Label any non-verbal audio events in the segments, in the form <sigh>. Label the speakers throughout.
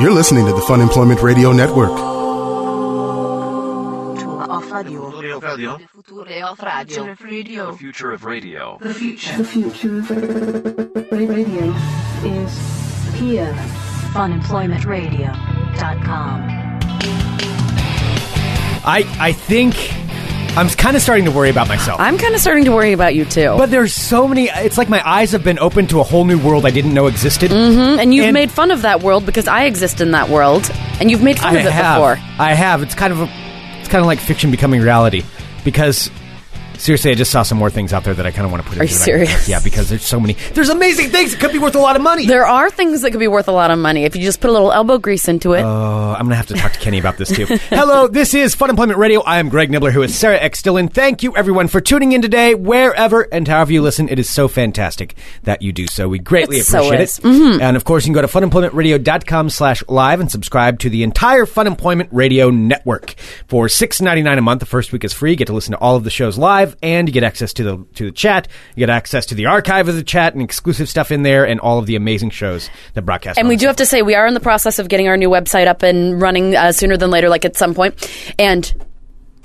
Speaker 1: You're listening to the Fun Employment Radio Network.
Speaker 2: Future of radio.
Speaker 3: Future
Speaker 2: Future of
Speaker 3: of radio.
Speaker 2: radio.
Speaker 3: The future
Speaker 4: The
Speaker 3: of radio.
Speaker 4: future of radio is here.
Speaker 5: funemploymentradio.com.
Speaker 6: I, I think I'm kind of starting to worry about myself.
Speaker 7: I'm kind of starting to worry about you too.
Speaker 6: but there's so many. It's like my eyes have been open to a whole new world I didn't know existed.
Speaker 7: and you've
Speaker 6: and-
Speaker 7: made fun of that world because I exist in that world, and you've made fun
Speaker 6: I
Speaker 7: of it
Speaker 6: have.
Speaker 7: before.
Speaker 6: I have. It's kind of a, it's kind of like fiction becoming reality, because seriously, I just saw some more things out there that I kind of want to put.
Speaker 7: Are
Speaker 6: into
Speaker 7: you
Speaker 6: the
Speaker 7: serious?
Speaker 6: record. Yeah, because there's so many. There's amazing things. that could be worth a lot of money.
Speaker 7: There are things that could be worth a lot of money if you just put a little elbow grease into it.
Speaker 6: Oh, I'm gonna have to talk to Kenny about this too. <laughs> Hello, this is Fun Employment Radio. I am Greg Nibbler, who is Sarah X Dillon. Thank you, everyone, for tuning in today, wherever and however you listen. It is so fantastic that you do so. We greatly
Speaker 7: It so
Speaker 6: appreciate
Speaker 7: is. Mm-hmm.
Speaker 6: it. And of course, you can go to funemploymentradio.com/live and subscribe to the entire Fun Employment Radio network for six ninety nine a month. The first week is free. You get to listen to all of the shows live, and you get access to the to the chat. You get access to the archive of the chat and exclusive stuff in there, and all of the amazing shows that broadcast.
Speaker 7: And
Speaker 6: on
Speaker 7: we
Speaker 6: the
Speaker 7: do have to say we are in the process of getting our new website up and running uh, sooner than later, like at some point, and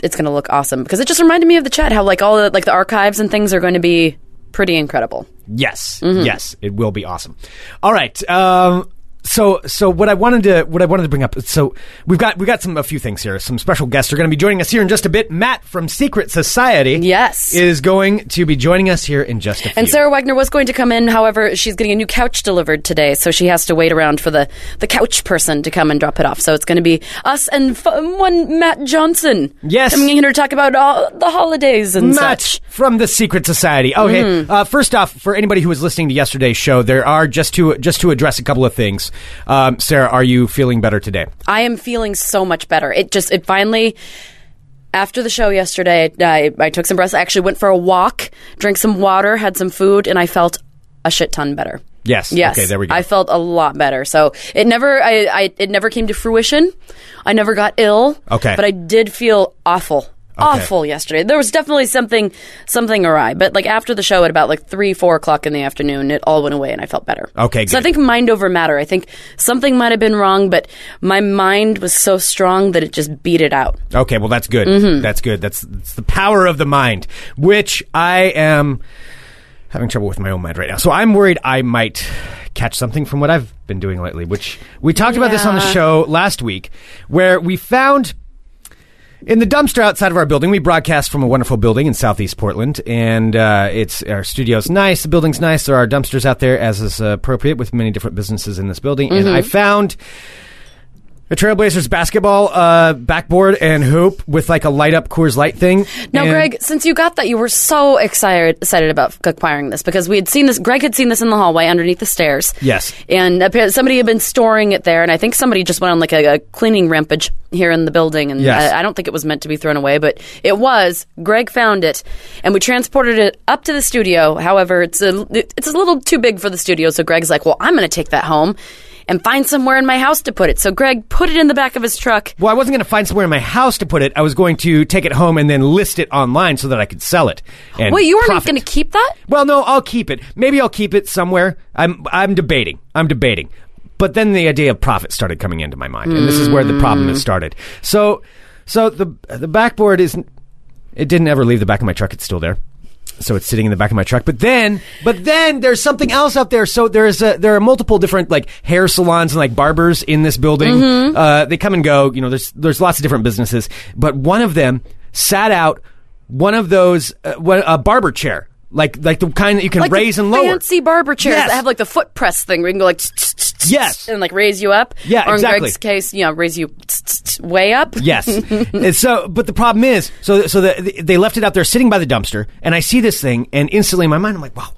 Speaker 7: it's going to look awesome because it just reminded me of the chat how like all the like the archives and things are going to be pretty incredible.
Speaker 6: Yes,
Speaker 7: Mm-hmm.
Speaker 6: yes, it will be awesome. All right. Um, so, so what I wanted to what I wanted to bring up. So we've got we have got some a few things here. Some special guests are going to be joining us here in just a bit. Matt from Secret Society,
Speaker 7: Yes.
Speaker 6: is going to be joining us here in just a. Few.
Speaker 7: And Sarah Wagner was going to come in, however, she's getting a new couch delivered today, so she has to wait around for the the couch person to come and drop it off. So it's going to be us and f- one Matt Johnson,
Speaker 6: Yes.
Speaker 7: coming in here to talk about all the holidays and
Speaker 6: Matt
Speaker 7: such.
Speaker 6: from the Secret Society. Okay,
Speaker 7: Mm-hmm.
Speaker 6: uh, first off, for anybody who was listening to yesterday's show, there are just to just to address a couple of things. Um, Sarah, are you feeling better today?
Speaker 7: I am feeling so much better. It just it finally after the show yesterday, I, I took some breaths. I actually went for a walk, drank some water, had some food, and I felt a shit ton better.
Speaker 6: Yes.
Speaker 7: Yes.
Speaker 6: Okay, there we go.
Speaker 7: I felt a lot better. So it never, I, I it never came to fruition. I never got ill.
Speaker 6: Okay.
Speaker 7: But I did feel awful. Awful yesterday. There was definitely something, something awry. But like after the show at about like three, four o'clock in the afternoon, it all went away and I felt better.
Speaker 6: Okay,
Speaker 7: So I
Speaker 6: good.
Speaker 7: think mind over matter. I think something might have been wrong, but my mind was so strong that it just beat it out.
Speaker 6: Okay, well that's good. That's good. That's, that's the power of the mind, which I am having trouble with my own mind right now. So I'm worried I might catch something from what I've been doing lately, which we talked about this on the show last week where we found in the dumpster outside of our building, we broadcast from a wonderful building in Southeast Portland, and uh, it's our studio's nice. The building's nice. There are dumpsters out there, as is appropriate, with many different businesses in this building. And
Speaker 7: Mm-hmm.
Speaker 6: I found a Trailblazers basketball uh, backboard and hoop with like a light up Coors Light thing.
Speaker 7: Now,
Speaker 6: And-
Speaker 7: Greg, since you got that, you were so excited excited about acquiring this because we had seen this. Greg had seen this in the hallway underneath the stairs.
Speaker 6: Yes.
Speaker 7: and apparently somebody had been storing it there, and I think somebody just went on like a, a cleaning rampage here in the building, and
Speaker 6: Yes.
Speaker 7: I, I don't think it was meant to be thrown away, but it was. Greg found it, and we transported it up to the studio. However, it's a it's a little too big for the studio, so Greg's like, "Well, I'm going to take that home." And find somewhere in my house to put it. So Greg put it in the back of his truck.
Speaker 6: Well, I wasn't going to find somewhere in my house to put it. I was going to take it home and then list it online so that I could sell it. And
Speaker 7: Wait, you weren't
Speaker 6: profit.
Speaker 7: going to keep that?
Speaker 6: Well, no, I'll keep it. Maybe I'll keep it somewhere. I'm I'm debating. I'm debating. But then the idea of profit started coming into my mind, and this is where the problem has started. So, so the the backboard is it didn't ever leave the back of my truck. It's still there. So it's sitting in the back of my truck. But then, but then there's something else out there. So there's a, there are multiple different like hair salons and like barbers in this building.
Speaker 7: Mm-hmm.
Speaker 6: Uh, they come and go. You know, there's there's lots of different businesses. But one of them sat out one of those uh, one- a barber chair, like like the kind that you can
Speaker 7: like
Speaker 6: raise
Speaker 7: the
Speaker 6: and lower.
Speaker 7: Fancy barber chairs
Speaker 6: Yes.
Speaker 7: that have like the foot press thing where you can go like tsk, tsk, tsk, tsk,
Speaker 6: Yes.
Speaker 7: and like raise you up.
Speaker 6: Yeah,
Speaker 7: or
Speaker 6: exactly.
Speaker 7: in Greg's case, you know, raise you tsk, tsk, tsk, way up.
Speaker 6: Yes.
Speaker 7: <laughs>
Speaker 6: And so, but the problem is, so so the, they left it out there sitting by the dumpster, and I see this thing, and instantly in my mind, I'm like, wow,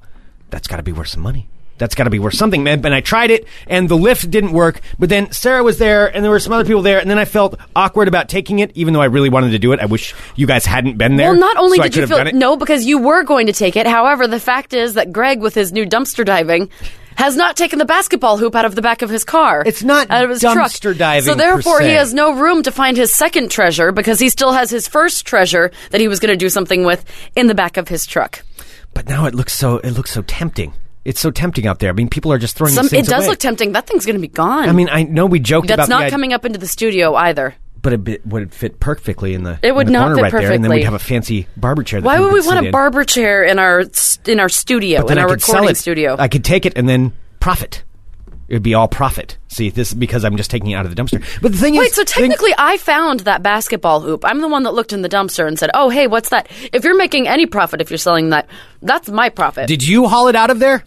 Speaker 6: that's got to be worth some money. That's got to be worth something, man. And I tried it, and the lift didn't work. But then Sarah was there, and there were some other people there, and then I felt awkward about taking it, even though I really wanted to do it. I wish you guys hadn't been there.
Speaker 7: Well, not only
Speaker 6: so I
Speaker 7: did you
Speaker 6: could have
Speaker 7: feel
Speaker 6: done it.
Speaker 7: no, because you were going to take it. However, the fact is that Greg, with his new dumpster diving, has not taken the basketball hoop out of the back of his car.
Speaker 6: It's not
Speaker 7: out of his
Speaker 6: dumpster
Speaker 7: truck.
Speaker 6: diving
Speaker 7: So
Speaker 6: per
Speaker 7: therefore,
Speaker 6: se.
Speaker 7: he has no room to find his second treasure because he still has his first treasure that he was going to do something with in the back of his truck.
Speaker 6: But now it looks so it looks so tempting. It's so tempting out there. I mean, people are just throwing
Speaker 7: Some,
Speaker 6: these
Speaker 7: it
Speaker 6: things
Speaker 7: does
Speaker 6: away.
Speaker 7: look tempting. That thing's going to be gone.
Speaker 6: I mean, I know we joked
Speaker 7: that's
Speaker 6: about the
Speaker 7: not
Speaker 6: idea-
Speaker 7: coming up into the studio either.
Speaker 6: but it bit, would fit perfectly in the
Speaker 7: It would
Speaker 6: in the
Speaker 7: not
Speaker 6: corner
Speaker 7: fit
Speaker 6: right there, and then
Speaker 7: perfectly.
Speaker 6: we'd have a fancy barber chair. That
Speaker 7: Why
Speaker 6: people
Speaker 7: would we
Speaker 6: could
Speaker 7: want
Speaker 6: sit
Speaker 7: a
Speaker 6: in.
Speaker 7: barber chair in our s- in our studio
Speaker 6: But
Speaker 7: in
Speaker 6: then
Speaker 7: our
Speaker 6: I could sell
Speaker 7: recording
Speaker 6: it.
Speaker 7: studio?
Speaker 6: I could take it and then profit. It would be all profit. See, this because I'm just taking it out of the dumpster. But the thing
Speaker 7: Wait,
Speaker 6: is,
Speaker 7: so technically, I found that basketball hoop. I'm the one that looked in the dumpster and said, "Oh, hey, what's that?" If you're making any profit, if you're selling that, that's my profit.
Speaker 6: did you haul it out of there?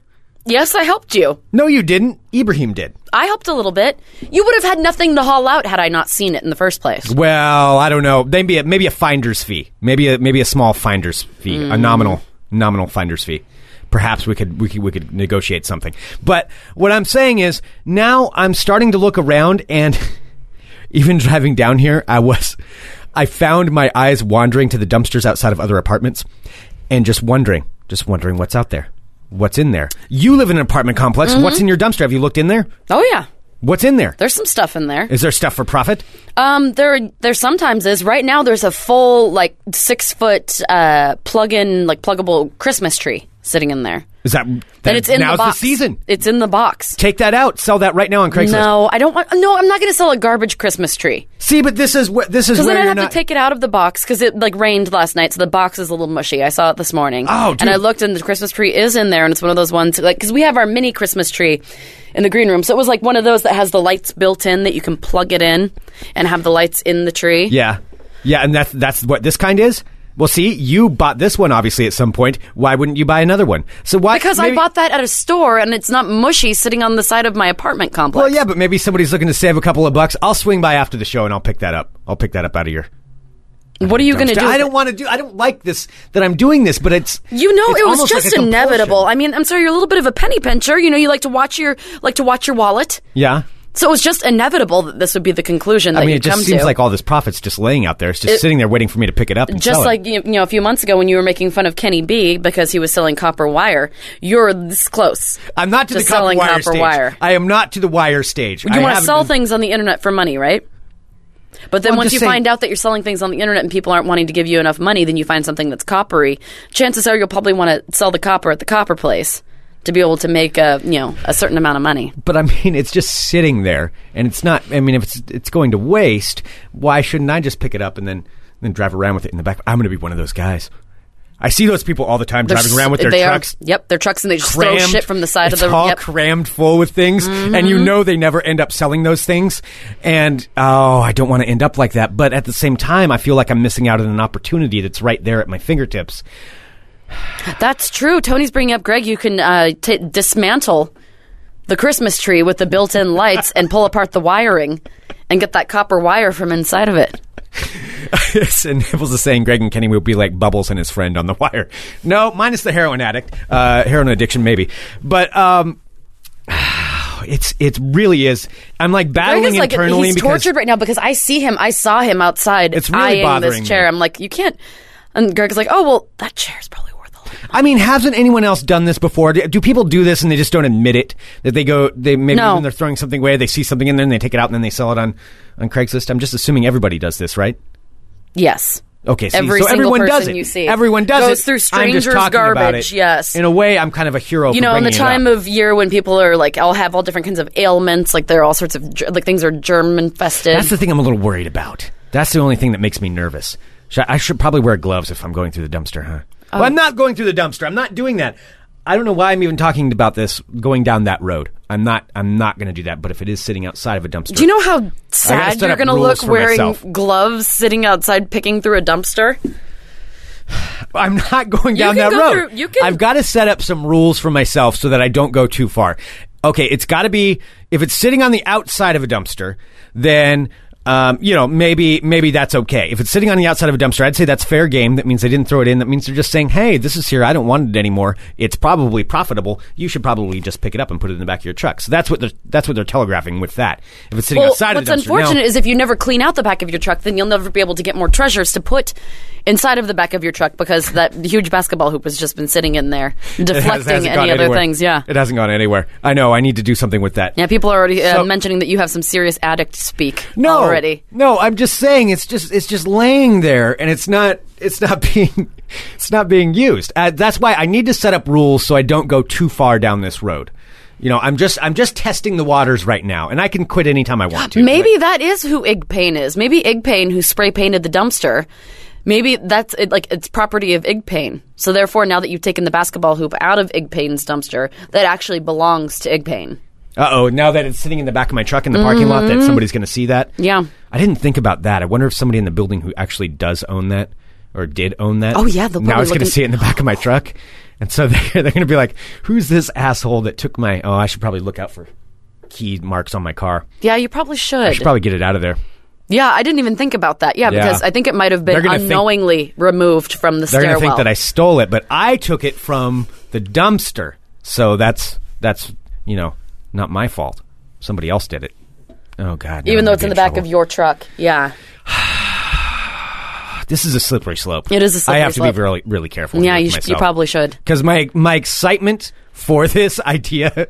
Speaker 7: yes, I helped you.
Speaker 6: No, you didn't. Ibrahim did.
Speaker 7: I helped a little bit. You would have had nothing to haul out had I not seen it in the first place.
Speaker 6: Well, I don't know. Maybe a, maybe a finder's fee. Maybe a, maybe a small finder's fee.
Speaker 7: Mm.
Speaker 6: A nominal nominal finder's fee. Perhaps we could we could we could negotiate something. But what I'm saying is now I'm starting to look around and <laughs> even driving down here I was I found my eyes wandering to the dumpsters outside of other apartments and just wondering, just wondering what's out there. What's in there? You live in an apartment complex. What's in your dumpster? Have you looked in there?
Speaker 7: Oh yeah,
Speaker 6: What's in there?
Speaker 7: there's some stuff in Mm-hmm. there.
Speaker 6: Is there stuff for profit?
Speaker 7: Um, there, there sometimes is. Right now, there's a full like six foot uh plug-in, like pluggable Christmas tree sitting in there,
Speaker 6: Is that,
Speaker 7: and it's in
Speaker 6: now's
Speaker 7: the box.
Speaker 6: season?
Speaker 7: It's in the box.
Speaker 6: Take that out. Sell that right now on Craigslist.
Speaker 7: No, I don't want. No, I'm not going to sell a garbage Christmas tree
Speaker 6: See, but this is where this is
Speaker 7: because
Speaker 6: where
Speaker 7: then I
Speaker 6: you're
Speaker 7: have
Speaker 6: not.
Speaker 7: to take it out of the box because it like rained last night, so the box is a little mushy. I saw it this morning.
Speaker 6: Oh, dude.
Speaker 7: and I looked, and the Christmas tree is in there, and it's one of those ones like because we have our mini Christmas tree in the green room, so it was like one of those that has the lights built in that you can plug it in and have the lights in the tree.
Speaker 6: yeah, yeah, and that's that's what this kind is. Well, see, you bought this one obviously at some point. Why wouldn't you buy another one? So why?
Speaker 7: Because I
Speaker 6: maybe-
Speaker 7: bought that at a store and it's not mushy sitting on the side of my apartment complex.
Speaker 6: Well, yeah, but maybe somebody's looking to save a couple of bucks. I'll swing by after the show and I'll pick that up. I'll pick that up out of your.
Speaker 7: What are you going to
Speaker 6: dumpster.
Speaker 7: do?
Speaker 6: I don't want to do. I don't like this that I'm doing this, but it's
Speaker 7: You know,
Speaker 6: it's
Speaker 7: it was
Speaker 6: almost like a
Speaker 7: just
Speaker 6: compulsion.
Speaker 7: inevitable. I mean, I'm sorry, you're a little bit of a penny pincher. You know, you like to watch your like to watch your wallet.
Speaker 6: Yeah,
Speaker 7: So it was just inevitable that this would be the conclusion that
Speaker 6: I mean,
Speaker 7: you
Speaker 6: it just
Speaker 7: come
Speaker 6: seems
Speaker 7: to.
Speaker 6: like all this profit's just laying out there. It's just sitting there waiting for me to pick it up. And
Speaker 7: just
Speaker 6: sell it.
Speaker 7: like you you know, a few months ago when you were making fun of Kenny B because he was selling copper wire, you're this close.
Speaker 6: I'm not to
Speaker 7: to
Speaker 6: the copper
Speaker 7: selling
Speaker 6: wire
Speaker 7: copper
Speaker 6: stage.
Speaker 7: wire.
Speaker 6: I am not to the wire stage. I
Speaker 7: You want to
Speaker 6: haven't
Speaker 7: sell
Speaker 6: been-
Speaker 7: things on the internet for money, right? But then
Speaker 6: Well, I'm
Speaker 7: once
Speaker 6: just
Speaker 7: you
Speaker 6: saying-
Speaker 7: find out that you're selling things on the internet and people aren't wanting to give you enough money, then you find something that's coppery. Chances are you'll probably want to sell the copper at the copper place to be able to make a you know a certain amount of money.
Speaker 6: But I mean, it's just sitting there, and it's not. I mean, if it's it's going to waste, why shouldn't I just pick it up and then then drive around with it in the back? I'm going to be one of those guys. I see those people all the time driving
Speaker 7: They're s-
Speaker 6: around with their
Speaker 7: they are-
Speaker 6: trucks.
Speaker 7: yep, their trucks, and they just
Speaker 6: Crammed,
Speaker 7: throw shit from the side
Speaker 6: it's
Speaker 7: of the.
Speaker 6: all
Speaker 7: yep. Mm-hmm.
Speaker 6: crammed full with things, and you know they never end up selling those things. And oh, I don't want to end up like that. But at the same time, I feel like I'm missing out on an opportunity that's right there at my fingertips.
Speaker 7: That's true. Tony's bringing up Greg. You can uh, t- dismantle the Christmas tree with the built-in lights and pull apart the wiring and get that copper wire from inside of it.
Speaker 6: Yes, and Nibbles is saying Greg and Kenny will be like Bubbles and his friend on the wire. No, minus the heroin addict, uh, heroin addiction maybe. But um, <sighs> it's it really is. I'm like
Speaker 7: Greg
Speaker 6: battling
Speaker 7: is like
Speaker 6: internally
Speaker 7: he's
Speaker 6: because
Speaker 7: tortured right now because I see him. I saw him outside.
Speaker 6: It's really
Speaker 7: eyeing
Speaker 6: bothering
Speaker 7: this chair.
Speaker 6: me.
Speaker 7: I'm like, you can't. And Greg's like, oh well, that chair's probably worth a lot.
Speaker 6: I mean, hasn't anyone else done this before? Do, do people do this and they just don't admit it? That they go, they maybe
Speaker 7: No.
Speaker 6: when they're throwing something away, they see something in there and they take it out and then they sell it on on Craigslist. I'm just assuming everybody does this, right?
Speaker 7: Yes.
Speaker 6: Okay, see,
Speaker 7: Every
Speaker 6: so
Speaker 7: single
Speaker 6: everyone does
Speaker 7: person
Speaker 6: it.
Speaker 7: you see
Speaker 6: everyone does
Speaker 7: goes
Speaker 6: it.
Speaker 7: through
Speaker 6: I'm just
Speaker 7: strangers'
Speaker 6: talking about
Speaker 7: garbage,
Speaker 6: it.
Speaker 7: yes.
Speaker 6: in a way, I'm kind of a hero.
Speaker 7: You
Speaker 6: for
Speaker 7: know, in the
Speaker 6: bringing it
Speaker 7: time
Speaker 6: up.
Speaker 7: of year when people are like all have all different kinds of ailments, like they're all sorts of ger- like things are germ infested.
Speaker 6: That's the thing I'm a little worried about. That's the only thing that makes me nervous. Should, I should probably wear gloves if I'm going through the dumpster, huh?
Speaker 7: Oh.
Speaker 6: Well, I'm not going through the dumpster. I'm not doing that. I don't know why I'm even talking about this going down that road. I'm not. I'm not going to do that. But if it is sitting outside of a dumpster,
Speaker 7: Do you know how
Speaker 6: I gotta
Speaker 7: sad
Speaker 6: set
Speaker 7: you're
Speaker 6: up
Speaker 7: going to
Speaker 6: rules
Speaker 7: look
Speaker 6: for
Speaker 7: wearing
Speaker 6: myself.
Speaker 7: gloves, sitting outside picking through a dumpster?
Speaker 6: I'm not going
Speaker 7: You
Speaker 6: down
Speaker 7: can
Speaker 6: that
Speaker 7: go
Speaker 6: road.
Speaker 7: through- you can-
Speaker 6: I've got to set up some rules for myself so that I don't go too far. Okay, it's got to be if it's sitting on the outside of a dumpster, then um, you know maybe maybe that's okay. If it's sitting on the outside of a dumpster, I'd say that's fair game. That means they didn't throw it in. That means they're just saying, "Hey, this is here. I don't want it anymore. It's probably profitable. You should probably just pick it up and put it in the back of your truck." So that's what they're that's what they're telegraphing with that. If it's sitting
Speaker 7: Well,
Speaker 6: outside of
Speaker 7: what's
Speaker 6: the dumpster, now-
Speaker 7: unfortunate is if you never clean out the back of your truck, then you'll never be able to get more treasures to put inside of the back of your truck because that huge basketball hoop has just been sitting in there,
Speaker 6: <laughs> <laughs> It
Speaker 7: deflecting
Speaker 6: hasn't
Speaker 7: any
Speaker 6: gone
Speaker 7: other
Speaker 6: anywhere.
Speaker 7: things. Yeah.
Speaker 6: It hasn't gone anywhere. I know. I need to do something with that.
Speaker 7: Yeah, people are already uh,
Speaker 6: So-
Speaker 7: mentioning that you have some serious addict speak
Speaker 6: No,
Speaker 7: already.
Speaker 6: No, I'm just saying it's just it's just laying there, and it's not it's not <laughs> being it's not being used. Uh, that's why I need to set up rules so I don't go too far down this road. You know, I'm just I'm just testing the waters right now, and I can quit anytime I want to.
Speaker 7: Maybe that is who Ig Payne is. Maybe Ig Payne, who spray painted the dumpster, maybe that's it, like it's property of Ig Payne. So therefore, now that you've taken the basketball hoop out of Ig Payne's dumpster, that actually belongs to Ig Payne.
Speaker 6: Uh oh! Now that it's sitting in the back of my truck in the parking lot, that somebody's going to see that.
Speaker 7: Mm-hmm. Yeah.
Speaker 6: I didn't think about that. I wonder if somebody in the building who actually does own that or did own that.
Speaker 7: Oh, yeah, they'll
Speaker 6: now
Speaker 7: probably
Speaker 6: it's going to
Speaker 7: look in-
Speaker 6: see it in the
Speaker 7: <laughs>
Speaker 6: back of my truck, and so <laughs> they're, they're going to be like, "Who's this asshole that took my?" Oh, I should probably look out for key marks on my car.
Speaker 7: Yeah, you probably should.
Speaker 6: I should probably get it out of there.
Speaker 7: yeah, I didn't even think about that. Yeah,
Speaker 6: Yeah.
Speaker 7: because I think it might have
Speaker 6: They're
Speaker 7: been
Speaker 6: gonna think-
Speaker 7: unknowingly removed from the
Speaker 6: They're going
Speaker 7: stairwell.
Speaker 6: to think that I stole it, but I took it from the dumpster. So that's that's you know not my fault. Somebody else did it. Oh God! now I'm
Speaker 7: even though
Speaker 6: gonna
Speaker 7: it's
Speaker 6: be
Speaker 7: in the back
Speaker 6: trouble.
Speaker 7: of your truck. Yeah.
Speaker 6: This is a slippery slope.
Speaker 7: It is a slippery
Speaker 6: I have to
Speaker 7: slope.
Speaker 6: be really, really careful.
Speaker 7: Yeah,
Speaker 6: with
Speaker 7: you, sh-
Speaker 6: myself.
Speaker 7: you probably should.
Speaker 6: because my my excitement for <laughs> this idea,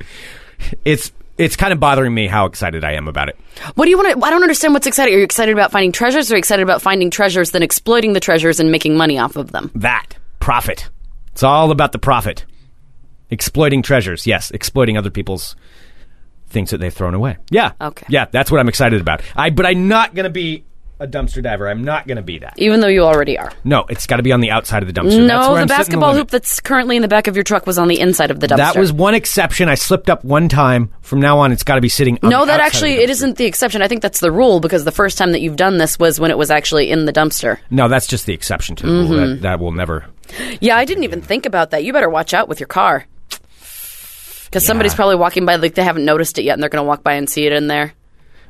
Speaker 6: it's it's kind of bothering me how excited I am about it.
Speaker 7: What do you want to? I don't understand what's exciting. Are you excited about finding treasures? Or are you excited about finding treasures, then exploiting the treasures and making money off of them?
Speaker 6: That profit. It's all about the profit. Exploiting treasures, yes. Exploiting other people's things that they've thrown away. Yeah.
Speaker 7: Okay.
Speaker 6: Yeah, that's what I'm excited about. I but I'm not gonna be a dumpster diver. I'm not gonna be that.
Speaker 7: Even though you already are.
Speaker 6: No, it's got to be on the outside of the dumpster. that's
Speaker 7: no,
Speaker 6: where
Speaker 7: the
Speaker 6: I'm setting
Speaker 7: basketball
Speaker 6: limit.
Speaker 7: hoop that's currently in the back of your truck was on the inside of the dumpster.
Speaker 6: That was one exception. I slipped up one time. From now on, it's got to be sitting. On
Speaker 7: No,
Speaker 6: the
Speaker 7: that
Speaker 6: outside
Speaker 7: actually
Speaker 6: of the
Speaker 7: it
Speaker 6: dumpster.
Speaker 7: isn't the exception. I think that's the rule because the first time that you've done this was when it was actually in the dumpster.
Speaker 6: No, that's just the exception to the rule.
Speaker 7: Mm-hmm.
Speaker 6: That, that will never.
Speaker 7: Yeah, I didn't even think about that. You better watch out with your car. Because somebody's probably walking by like they haven't noticed it yet and they're going to walk by and see it in there.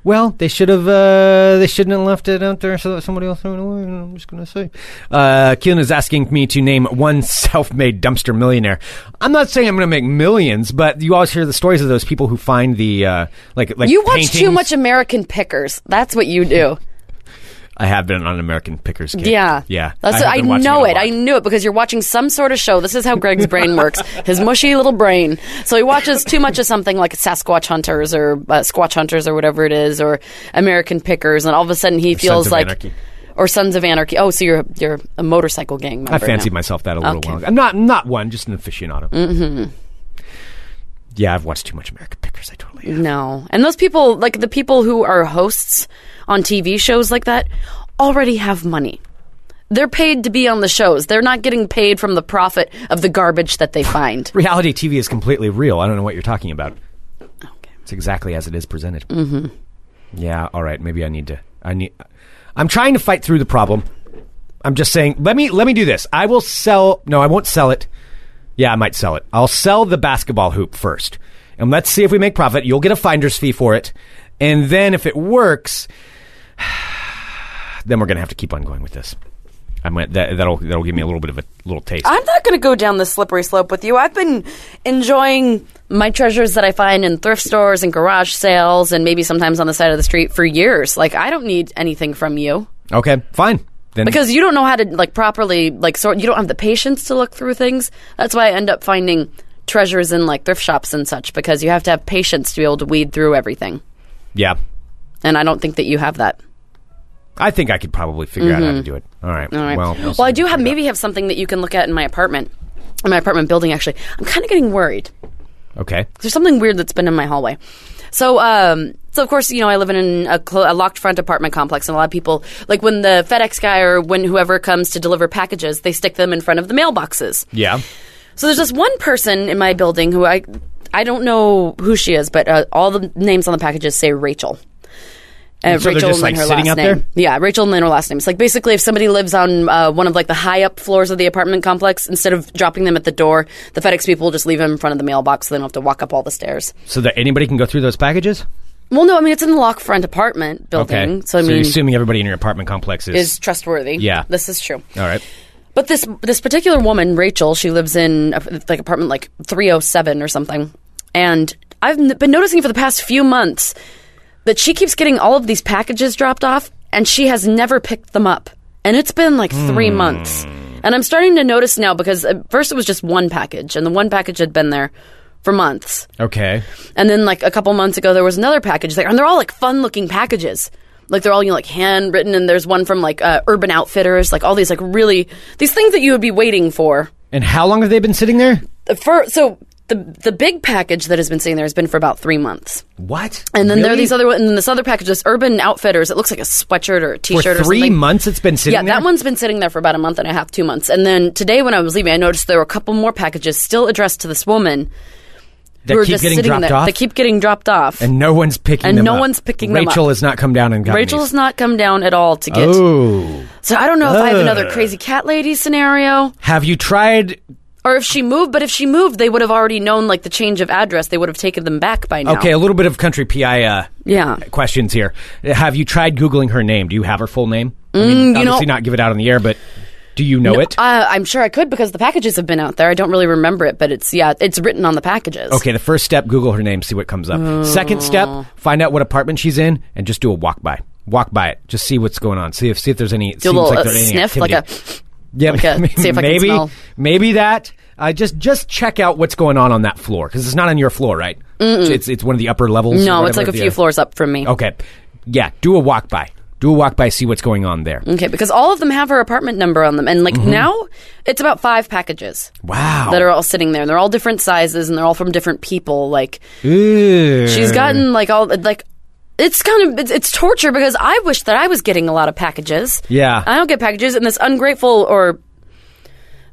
Speaker 6: Well, they should have. Uh, they shouldn't have left it out there so that somebody else threw it away. and I'm just gonna say. Uh, Keelan is asking me to name one <laughs> self-made dumpster millionaire. I'm not saying I'm gonna make millions, but you always hear the stories of those people who find the uh, like like
Speaker 7: You watch too
Speaker 6: paintings.
Speaker 7: much American Pickers. That's what you do.
Speaker 6: I have been on American Pickers. Kick.
Speaker 7: Yeah.
Speaker 6: yeah.
Speaker 7: That's
Speaker 6: have
Speaker 7: I,
Speaker 6: been watching
Speaker 7: know
Speaker 6: a
Speaker 7: it.
Speaker 6: lot.
Speaker 7: I knew it because you're watching some sort of show. This is how Greg's brain
Speaker 6: <laughs>
Speaker 7: works. His mushy little brain. So he watches too much of something like Sasquatch Hunters or uh, Squatch Hunters or whatever it is or American Pickers and all of a sudden he feels
Speaker 6: of
Speaker 7: like
Speaker 6: Anarchy.
Speaker 7: or Sons of Anarchy. Oh, so you're you're a motorcycle gang member.
Speaker 6: I fancied
Speaker 7: now.
Speaker 6: myself that a little
Speaker 7: Okay.
Speaker 6: while ago. I'm not not one, just an aficionado. Mm-hmm. Yeah, I've watched too much American Pickers. I totally. Have.
Speaker 7: No. And those people like the people who are hosts on TV shows like that already have money. They're paid to be on the shows. They're not getting paid from the profit of the garbage that they find.
Speaker 6: Reality TV is completely real. I don't know what you're talking about. It's exactly as it is presented. Mm-hmm. Yeah. All right. Maybe I need to. I need. I'm trying to fight through the problem. I'm just saying. Let me. Let me do this. I will sell. No, I won't sell it. Yeah, I might sell it. I'll sell the basketball hoop first, and let's see if we make profit. You'll get a finder's fee for it, and then if it works, <sighs> then we're gonna have to keep on going with this. I might. That, that'll that'll give me a little bit of a little taste.
Speaker 7: I'm not going to go down this slippery slope with you. I've been enjoying my treasures that I find in thrift stores and garage sales and maybe sometimes on the side of the street for years. Like I don't need anything from you
Speaker 6: okay. Fine. Then
Speaker 7: because you don't know how to like properly like sort you don't have the patience to look through things. That's why I end up finding treasures in like thrift shops and such because you have to have patience to be able to weed through everything.
Speaker 6: yeah.
Speaker 7: And I don't think that you have that.
Speaker 6: I think I could probably figure out how to do it. All right.
Speaker 7: Mm-hmm. All right.
Speaker 6: Well,
Speaker 7: Well, I do have maybe have something that you can look at in my apartment. In my apartment building actually. I'm kind of getting worried.
Speaker 6: Okay.
Speaker 7: there's something weird that's been in my hallway. So, um, so of course, you know, I live in a, clo- a locked front apartment complex, and a lot of people, like when the FedEx guy or when whoever comes to deliver packages, they stick them in front of the mailboxes.
Speaker 6: Yeah.
Speaker 7: So there's this one person in my building who I, I don't know who she is, but uh, all the names on the packages say Rachel. Uh,
Speaker 6: so they're just, like, sitting
Speaker 7: last name.
Speaker 6: up there?
Speaker 7: Yeah, Rachel and then her last name. It's like basically if somebody lives on uh, one of like the high up floors of the apartment complex, instead of dropping them at the door, the FedEx people just leave them in front of the mailbox, so they don't have to walk up all the stairs.
Speaker 6: So that anybody can go through those packages?
Speaker 7: Well, no, I mean it's in the lock front apartment building, so I
Speaker 6: you're
Speaker 7: mean
Speaker 6: assuming everybody in your apartment complex is.
Speaker 7: is trustworthy.
Speaker 6: Yeah.
Speaker 7: this is true.
Speaker 6: all right.
Speaker 7: But this this particular woman, Rachel, she lives in uh, like apartment like 307 or something, and I've n- been noticing for the past few months that she keeps getting all of these packages dropped off, and she has never picked them up. and it's been like three months. And I'm starting to notice now because at first it was just one package, and the one package had been there for months.
Speaker 6: Okay.
Speaker 7: And then like a couple months ago, there was another package there, and they're all like fun looking packages. Like they're all you know like handwritten, and there's one from like uh, Urban Outfitters, like all these like really these things that you would be waiting for.
Speaker 6: And how long have they been sitting there?
Speaker 7: The fir- so the the big package that has been sitting there has been for about three months,
Speaker 6: What?
Speaker 7: and then there are
Speaker 6: Really?
Speaker 7: these other and then this other package, this Urban Outfitters, it looks like a sweatshirt or a
Speaker 6: for
Speaker 7: t-shirt or
Speaker 6: three
Speaker 7: something.
Speaker 6: months. It's been sitting.
Speaker 7: Yeah,
Speaker 6: there?
Speaker 7: that one's been sitting there for about a month and a half, two months. And then today when I was leaving, I noticed there were a couple more packages still addressed to this woman
Speaker 6: That
Speaker 7: who were
Speaker 6: keep
Speaker 7: just
Speaker 6: getting
Speaker 7: sitting
Speaker 6: dropped
Speaker 7: there.
Speaker 6: off.
Speaker 7: They keep getting dropped off.
Speaker 6: and no one's picking
Speaker 7: And
Speaker 6: them
Speaker 7: no
Speaker 6: up.
Speaker 7: one's picking them
Speaker 6: Rachel
Speaker 7: up.
Speaker 6: has not come down and gotten
Speaker 7: Rachel
Speaker 6: these.
Speaker 7: has not come down at all to get.
Speaker 6: Oh, Ah.
Speaker 7: So I don't know if I have another
Speaker 6: Ugh.
Speaker 7: crazy cat lady scenario
Speaker 6: have you tried?
Speaker 7: or if she moved, but if she moved, they would have already known like the change of address. They would have taken them back by now.
Speaker 6: Okay, a little bit of country PI uh,
Speaker 7: Yeah.
Speaker 6: questions here. Have you tried googling her name? Do you have her full name? I mean,
Speaker 7: Mm, you
Speaker 6: obviously
Speaker 7: know-
Speaker 6: not give it out on the air, but do you know it?
Speaker 7: Uh, I'm sure I could because the packages have been out there. I don't really remember it, but it's yeah, it's written on the packages.
Speaker 6: Okay, the first step, Google her name, see what comes up. Second step,
Speaker 7: Oh.
Speaker 6: find out what apartment she's in and just do a walk by. Walk by it. Just see what's going on. See if see if there's any
Speaker 7: Do a
Speaker 6: seems
Speaker 7: little
Speaker 6: like
Speaker 7: uh,
Speaker 6: there's any
Speaker 7: sniff, like
Speaker 6: activity.
Speaker 7: a
Speaker 6: yeah, <laughs>
Speaker 7: like a- see if I can
Speaker 6: maybe
Speaker 7: smell.
Speaker 6: maybe that. Uh, just just check out what's going on on that floor because it's not on your floor, right? It's it's one of the upper levels. or
Speaker 7: no, it's
Speaker 6: whatever
Speaker 7: like a
Speaker 6: the-
Speaker 7: few floors up from me.
Speaker 6: Okay, yeah, do a walk by. Do a walk by. See what's going on there.
Speaker 7: Okay, because all of them have her apartment number on them, and like
Speaker 6: Mm-hmm.
Speaker 7: now, it's about five packages
Speaker 6: Wow.
Speaker 7: that are all sitting there, and they're all different sizes, and they're all from different people. Like
Speaker 6: Ew.
Speaker 7: she's gotten like all like it's kind of it's, it's torture because I wish that I was getting a lot of packages.
Speaker 6: Yeah.
Speaker 7: I don't get packages, and this ungrateful or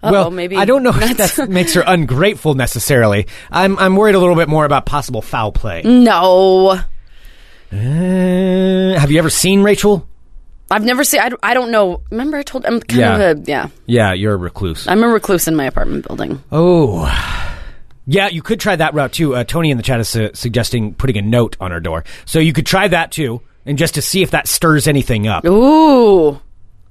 Speaker 7: uh-oh,
Speaker 6: well,
Speaker 7: oh, maybe
Speaker 6: I don't know
Speaker 7: <laughs>
Speaker 6: if that makes her ungrateful necessarily. I'm I'm worried a little bit more about possible foul play.
Speaker 7: no. Mm.
Speaker 6: Uh, have you ever seen Rachel?
Speaker 7: I've never seen. I, d- I don't know. Remember, I told. I'm kind
Speaker 6: Yeah.
Speaker 7: of a yeah.
Speaker 6: Yeah, you're a recluse.
Speaker 7: I'm a recluse in my apartment building.
Speaker 6: Uh, oh. Yeah, you could try that route too. Uh, Tony in the chat is su- suggesting putting a note on her door. So you could try that too, and just to see if that stirs anything up.
Speaker 7: Ooh,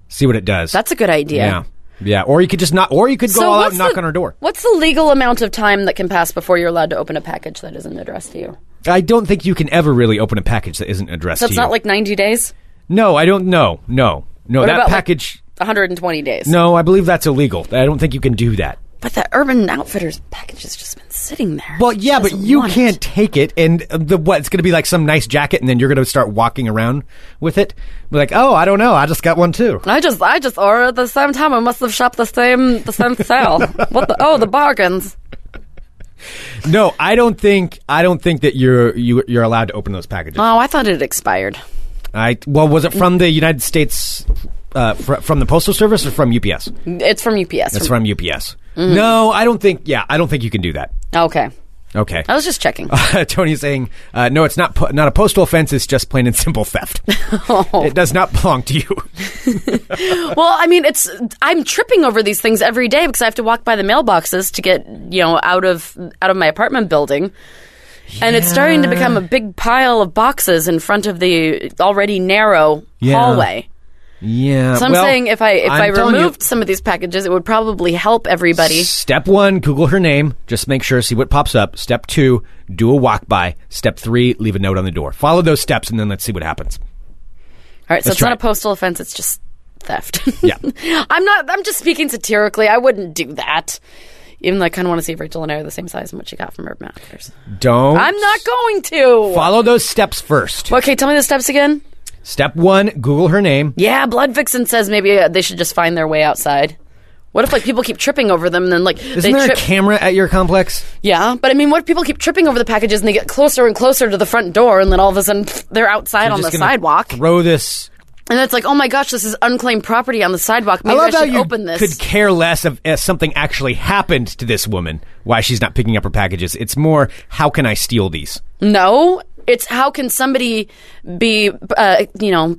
Speaker 6: See what it does.
Speaker 7: that's a good idea.
Speaker 6: yeah. Yeah, or you could just not, or you could go all out
Speaker 7: what's
Speaker 6: and knock
Speaker 7: the-
Speaker 6: on her door.
Speaker 7: What's the legal amount of time that can pass before you're allowed to open a package that isn't addressed to you?
Speaker 6: I don't think you can ever really open a package that isn't addressed
Speaker 7: So
Speaker 6: to
Speaker 7: it's
Speaker 6: you.
Speaker 7: not like 90 days,
Speaker 6: no, I don't know. No, no, that
Speaker 7: about, like-
Speaker 6: package.
Speaker 7: 120 days.
Speaker 6: No, I believe that's illegal. I don't think you can do that.
Speaker 7: But the Urban Outfitters package has just been sitting there.
Speaker 6: Well,
Speaker 7: She
Speaker 6: yeah, but
Speaker 7: doesn't
Speaker 6: you
Speaker 7: want it.
Speaker 6: can't take it, and uh, the what? It's going to be like some nice jacket, and then you're going to start walking around with it. Be like, oh, I don't know, I just got one too.
Speaker 7: I just, I just ordered at the same time. I must have shopped the same, the
Speaker 6: <laughs>
Speaker 7: same sale. What the? Oh, the bargains.
Speaker 6: No, I don't think, I don't think that you're you, you're allowed to open those packages.
Speaker 7: Oh, I thought it expired.
Speaker 6: I well, was it from the United States, uh, fr- from the Postal Service or from UPS?
Speaker 7: It's from Mm-hmm. UPS.
Speaker 6: It's from UPS. No, I don't think. Yeah, I don't think you can do that.
Speaker 7: okay,
Speaker 6: Okay.
Speaker 7: I was just checking.
Speaker 6: <laughs> Tony's saying, uh, no, it's not po- not a postal offense. It's just plain and
Speaker 7: <laughs>
Speaker 6: simple theft.
Speaker 7: Oh.
Speaker 6: It does not belong to you.
Speaker 7: Well, I mean, it's I'm tripping over these things every day because I have to walk by the mailboxes to get you know out of out of my apartment building, and it's starting to become a big pile of boxes in front of the already narrow
Speaker 6: Yeah.
Speaker 7: hallway.
Speaker 6: Yeah.
Speaker 7: So I'm
Speaker 6: well,
Speaker 7: saying if I if i
Speaker 6: I'm telling you-
Speaker 7: removed some of these packages, it would probably help everybody.
Speaker 6: Step one, Google her name. Just make sure, see what pops up. Step two, do a walk by. Step three, leave a note on the door. Follow those steps and then let's see what happens.
Speaker 7: All right, so
Speaker 6: Let's
Speaker 7: it's
Speaker 6: try
Speaker 7: not a
Speaker 6: it.
Speaker 7: postal offense; it's just theft.
Speaker 6: Yeah.
Speaker 7: <laughs> I'm not. I'm just speaking satirically. I wouldn't do that. Even though I kind of want to see if Rachel and I are the same size and what she got from Urban Outfitters.
Speaker 6: Don't
Speaker 7: I'm not going to.
Speaker 6: follow those steps first.
Speaker 7: Okay, tell me the steps again.
Speaker 6: Step one, Google her name.
Speaker 7: Yeah, Blood Vixen says maybe uh, they should just find their way outside. What if like people keep tripping over them and then like
Speaker 6: Isn't
Speaker 7: they
Speaker 6: there
Speaker 7: trip?
Speaker 6: a camera at your complex?
Speaker 7: yeah, but I mean, what if people keep tripping over the packages and they get closer and closer to the front door and then all of a sudden pfft, they're outside
Speaker 6: You're
Speaker 7: on the
Speaker 6: just gonna
Speaker 7: sidewalk
Speaker 6: Throw this.
Speaker 7: and it's like, oh my gosh, this is unclaimed property on the sidewalk. Maybe
Speaker 6: I
Speaker 7: I,
Speaker 6: love how
Speaker 7: should
Speaker 6: you
Speaker 7: open this.
Speaker 6: could care less of if something actually happened to this woman. Why she's not picking up her packages? It's more how can I steal these?
Speaker 7: no, it's how can somebody be, uh, you know.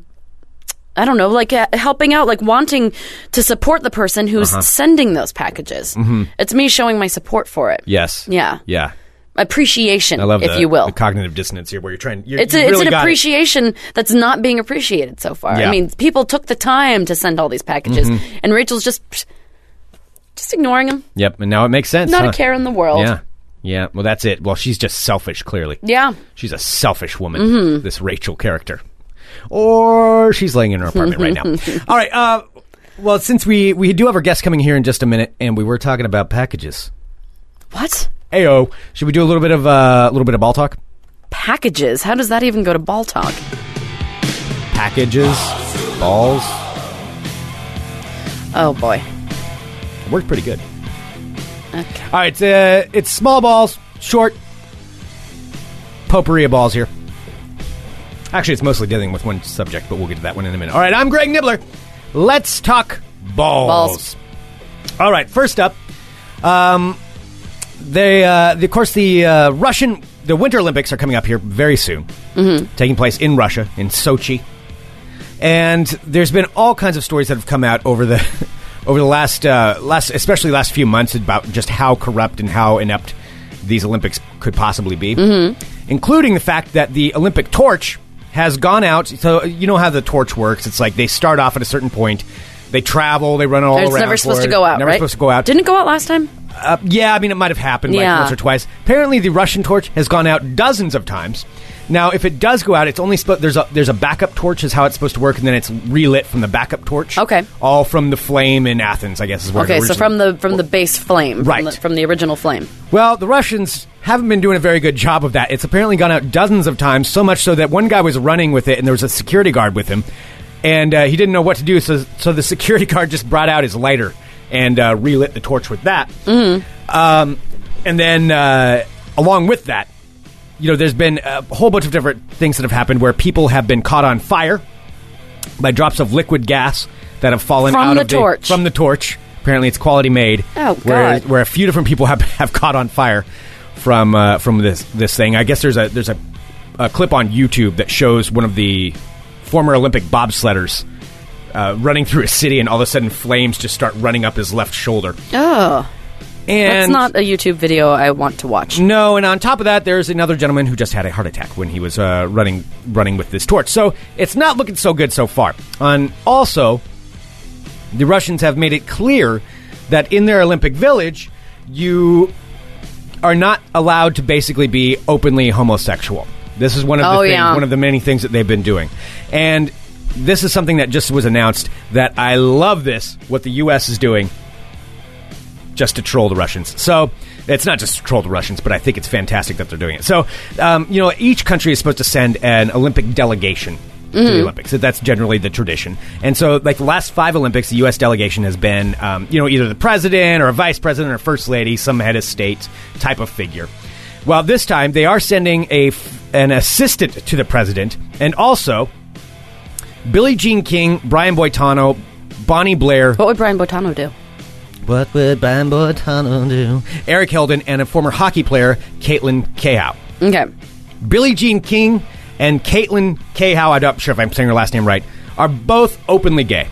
Speaker 7: I don't know, like uh, helping out, like wanting to support the person who's
Speaker 6: Uh-huh.
Speaker 7: sending those packages. It's me showing my support for it.
Speaker 6: Yes.
Speaker 7: Yeah.
Speaker 6: Mm-hmm. Yeah.
Speaker 7: appreciation,
Speaker 6: I love
Speaker 7: if
Speaker 6: the,
Speaker 7: you will.
Speaker 6: the cognitive dissonance here, where you're trying. You're,
Speaker 7: it's
Speaker 6: you
Speaker 7: a,
Speaker 6: really
Speaker 7: it's an
Speaker 6: got it.
Speaker 7: appreciation that's not being appreciated so far.
Speaker 6: Yeah. Mm-hmm.
Speaker 7: I mean, people took the time to send all these packages, and Rachel's just just ignoring them.
Speaker 6: Yep, and now it makes sense.
Speaker 7: Not
Speaker 6: huh?
Speaker 7: a care in the world.
Speaker 6: Yeah, yeah. Well, that's it. Well, she's just selfish. Clearly,
Speaker 7: Yeah. Mm-hmm.
Speaker 6: she's a selfish
Speaker 7: <laughs>
Speaker 6: woman. This Rachel character, or she's laying in her apartment right now. All right. Uh, Well, since we we do have our guest coming here in just a minute, and we were talking about packages.
Speaker 7: What?
Speaker 6: Ayo, should we do a little bit of uh, a little bit of ball talk?
Speaker 7: Packages. How does that even go to ball talk?
Speaker 6: Packages, balls.
Speaker 7: Oh boy.
Speaker 6: It worked pretty good.
Speaker 7: Okay.
Speaker 6: All right, uh, it's small balls, short potpourri of balls here. Actually, it's mostly dealing with one subject, but we'll get to that one in a minute. All right, I'm Greg Nibbler. Let's talk balls.
Speaker 7: Balls.
Speaker 6: All right, first up, um, they, uh, the, of course, the uh, Russian, the Winter Olympics are coming up here very soon, taking place in Russia, in Sochi. And there's been all kinds of stories that have come out over the <laughs> over the last uh, last, especially last few months about just how corrupt and how inept these Olympics could possibly be,
Speaker 7: Mm-hmm.
Speaker 6: including the fact that the Olympic torch has gone out. So you know how the torch works. It's like they start off at a certain point. They travel. They run all
Speaker 7: It's
Speaker 6: around.
Speaker 7: never supposed
Speaker 6: for
Speaker 7: to
Speaker 6: it,
Speaker 7: go out,
Speaker 6: Never
Speaker 7: right?
Speaker 6: supposed to go out.
Speaker 7: Didn't it go out last time?
Speaker 6: Uh, yeah, I mean, it might have happened like
Speaker 7: Yeah.
Speaker 6: once or twice. Apparently, the Russian torch has gone out dozens of times. Now, if it does go out, it's only spo- there's a there's a backup torch is how it's supposed to work, and then it's relit from the backup torch.
Speaker 7: Okay.
Speaker 6: all from the flame in Athens, I guess is where. it
Speaker 7: Okay, so
Speaker 6: originally-
Speaker 7: from the from the base flame, from
Speaker 6: Right.
Speaker 7: the- from the original flame.
Speaker 6: well, the Russians haven't been doing a very good job of that. It's apparently gone out dozens of times, so much so that one guy was running with it, and there was a security guard with him, and uh, he didn't know what to do. So, so the security <laughs> guard just brought out his lighter and uh, relit the torch with that.
Speaker 7: Mm-hmm.
Speaker 6: Um, and then, uh, along with that, you know, there's been a whole bunch of different things that have happened where people have been caught on fire by drops of liquid gas that have fallen
Speaker 7: From
Speaker 6: out
Speaker 7: the
Speaker 6: of
Speaker 7: torch.
Speaker 6: from the torch. Apparently, it's quality made.
Speaker 7: Oh,
Speaker 6: Where,
Speaker 7: God.
Speaker 6: where a few different people have, <laughs> have caught on fire from uh, from this this thing. I guess there's a there's a, a clip on YouTube that shows one of the former Olympic bobsledders uh, running through a city, and all of a sudden flames just start running up his left shoulder.
Speaker 7: Oh, that's
Speaker 6: And
Speaker 7: not a YouTube video I want to watch.
Speaker 6: no, and on top of that, there's another gentleman who just had a heart attack when he was uh, running running with this torch. So it's not looking so good so far. And also, the Russians have made it clear that in their Olympic Village, you are not allowed to basically be openly homosexual. This is one of the
Speaker 7: Oh,
Speaker 6: thing-
Speaker 7: yeah.
Speaker 6: one of the many things that they've been doing, and this is something that just was announced. That I love this what the U.S. is doing just to troll the Russians. So it's not just to troll the Russians, but I think it's fantastic that they're doing it. So um, you know, each country is supposed to send an Olympic delegation to the Olympics. That's generally the tradition. And so, like the last five Olympics, the U.S. delegation has been um, you know either the president or a vice president or first lady, some head of state type of figure. Well, this time they are sending a f- an assistant to the president, and also Billie Jean King, Brian Boitano, Bonnie Blair,
Speaker 7: What would Brian Botano do?
Speaker 6: what would Bambo Tunnel do? Eric Heldon and a former hockey player, Caitlin Cahow.
Speaker 7: Okay,
Speaker 6: Billie Jean King and Caitlin Cahow, I'm not sure if I'm saying her last name right, are both openly gay.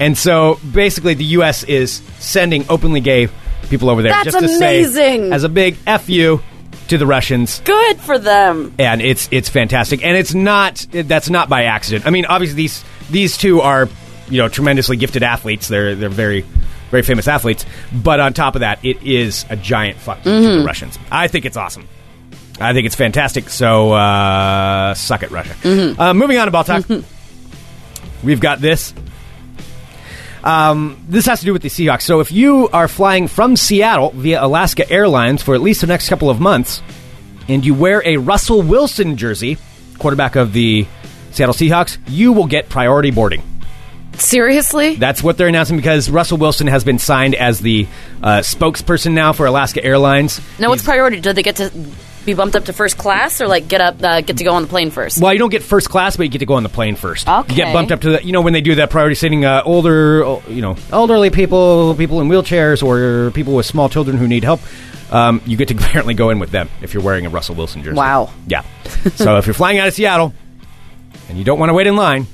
Speaker 6: And so basically, the U.S. is sending openly gay people over there
Speaker 7: That's
Speaker 6: just to say,
Speaker 7: amazing.
Speaker 6: as a big F you to the Russians
Speaker 7: good for them.
Speaker 6: and it's it's fantastic and it's not that's not by accident i mean obviously these these two are you know tremendously gifted athletes they're they're very very famous athletes but on top of that it is a giant fuck you to the russians i think it's awesome i think it's fantastic so uh suck it russia uh, moving on to ball talk we've got this Um, this has to do with the Seahawks. So if you are flying from Seattle via Alaska Airlines for at least the next couple of months, and you wear a Russell Wilson jersey, quarterback of the Seattle Seahawks, you will get priority boarding.
Speaker 7: Seriously?
Speaker 6: That's what they're announcing because Russell Wilson has been signed as the uh, spokesperson now for Alaska Airlines.
Speaker 7: Now, what's priority? Do they get to be bumped up to first class, or like get up, uh, get to go on the plane first?
Speaker 6: Well, you don't get first class, but you get to go on the plane first. You get
Speaker 7: Okay.
Speaker 6: bumped up to the, you know, when they do that priority sitting, uh, older, uh, you know, elderly people, people in wheelchairs, or people with small children who need help. Um, you get to <laughs> apparently go in with them if you're wearing a Russell Wilson jersey.
Speaker 7: Wow.
Speaker 6: Yeah. so if you're flying out of Seattle and you don't want to wait in line,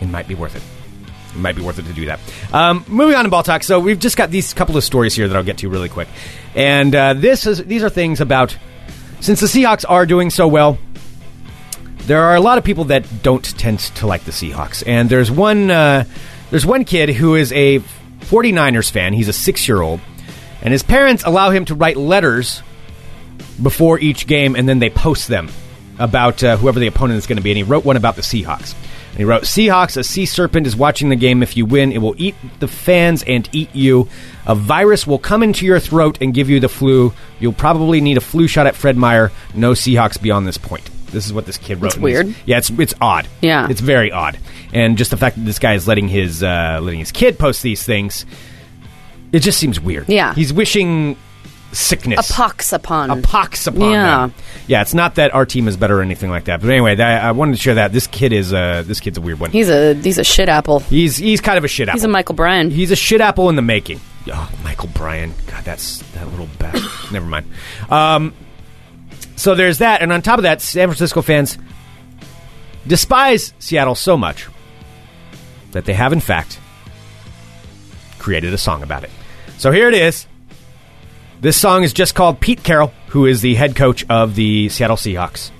Speaker 6: it might be worth it. It might be worth it to do that. Um, moving on to ball talk. So we've just got these couple of stories here that I'll get to really quick, and uh, this is these are things about since the Seahawks are doing so well. There are a lot of people that don't tend to like the Seahawks, and there's one uh, there's one kid who is a 49ers fan. He's a six year old, and his parents allow him to write letters before each game, and then they post them about uh, whoever the opponent is going to be. And he wrote one about the Seahawks. And he wrote, Seahawks, a sea serpent is watching the game. If you win, it will eat the fans and eat you. A virus will come into your throat and give you the flu. You'll probably need a flu shot at Fred Meyer. No Seahawks beyond this point. This is what this kid wrote.
Speaker 7: That's
Speaker 6: in his-
Speaker 7: weird.
Speaker 6: yeah, it's it's odd.
Speaker 7: Yeah.
Speaker 6: it's very odd. And just the fact that this guy is letting his uh, letting his kid post these things, it just seems weird.
Speaker 7: Yeah.
Speaker 6: he's wishing sickness,
Speaker 7: A pox upon.
Speaker 6: a pox upon
Speaker 7: Yeah.
Speaker 6: them. Yeah, it's not that our team is better or anything like that. But anyway, that, I wanted to share that this kid is uh, this kid's a weird one.
Speaker 7: He's a he's a shit apple.
Speaker 6: He's he's kind of a shit apple.
Speaker 7: He's a Michael Bryan.
Speaker 6: He's a shit apple in the making. Oh, Michael Bryan. God, that's that little <coughs> bat. Never mind. Um, so there's that, and on top of that, San Francisco fans despise Seattle so much that they have, in fact, created a song about it. So here it is. This song is just called Pete Carroll, who is the head coach of the Seattle Seahawks.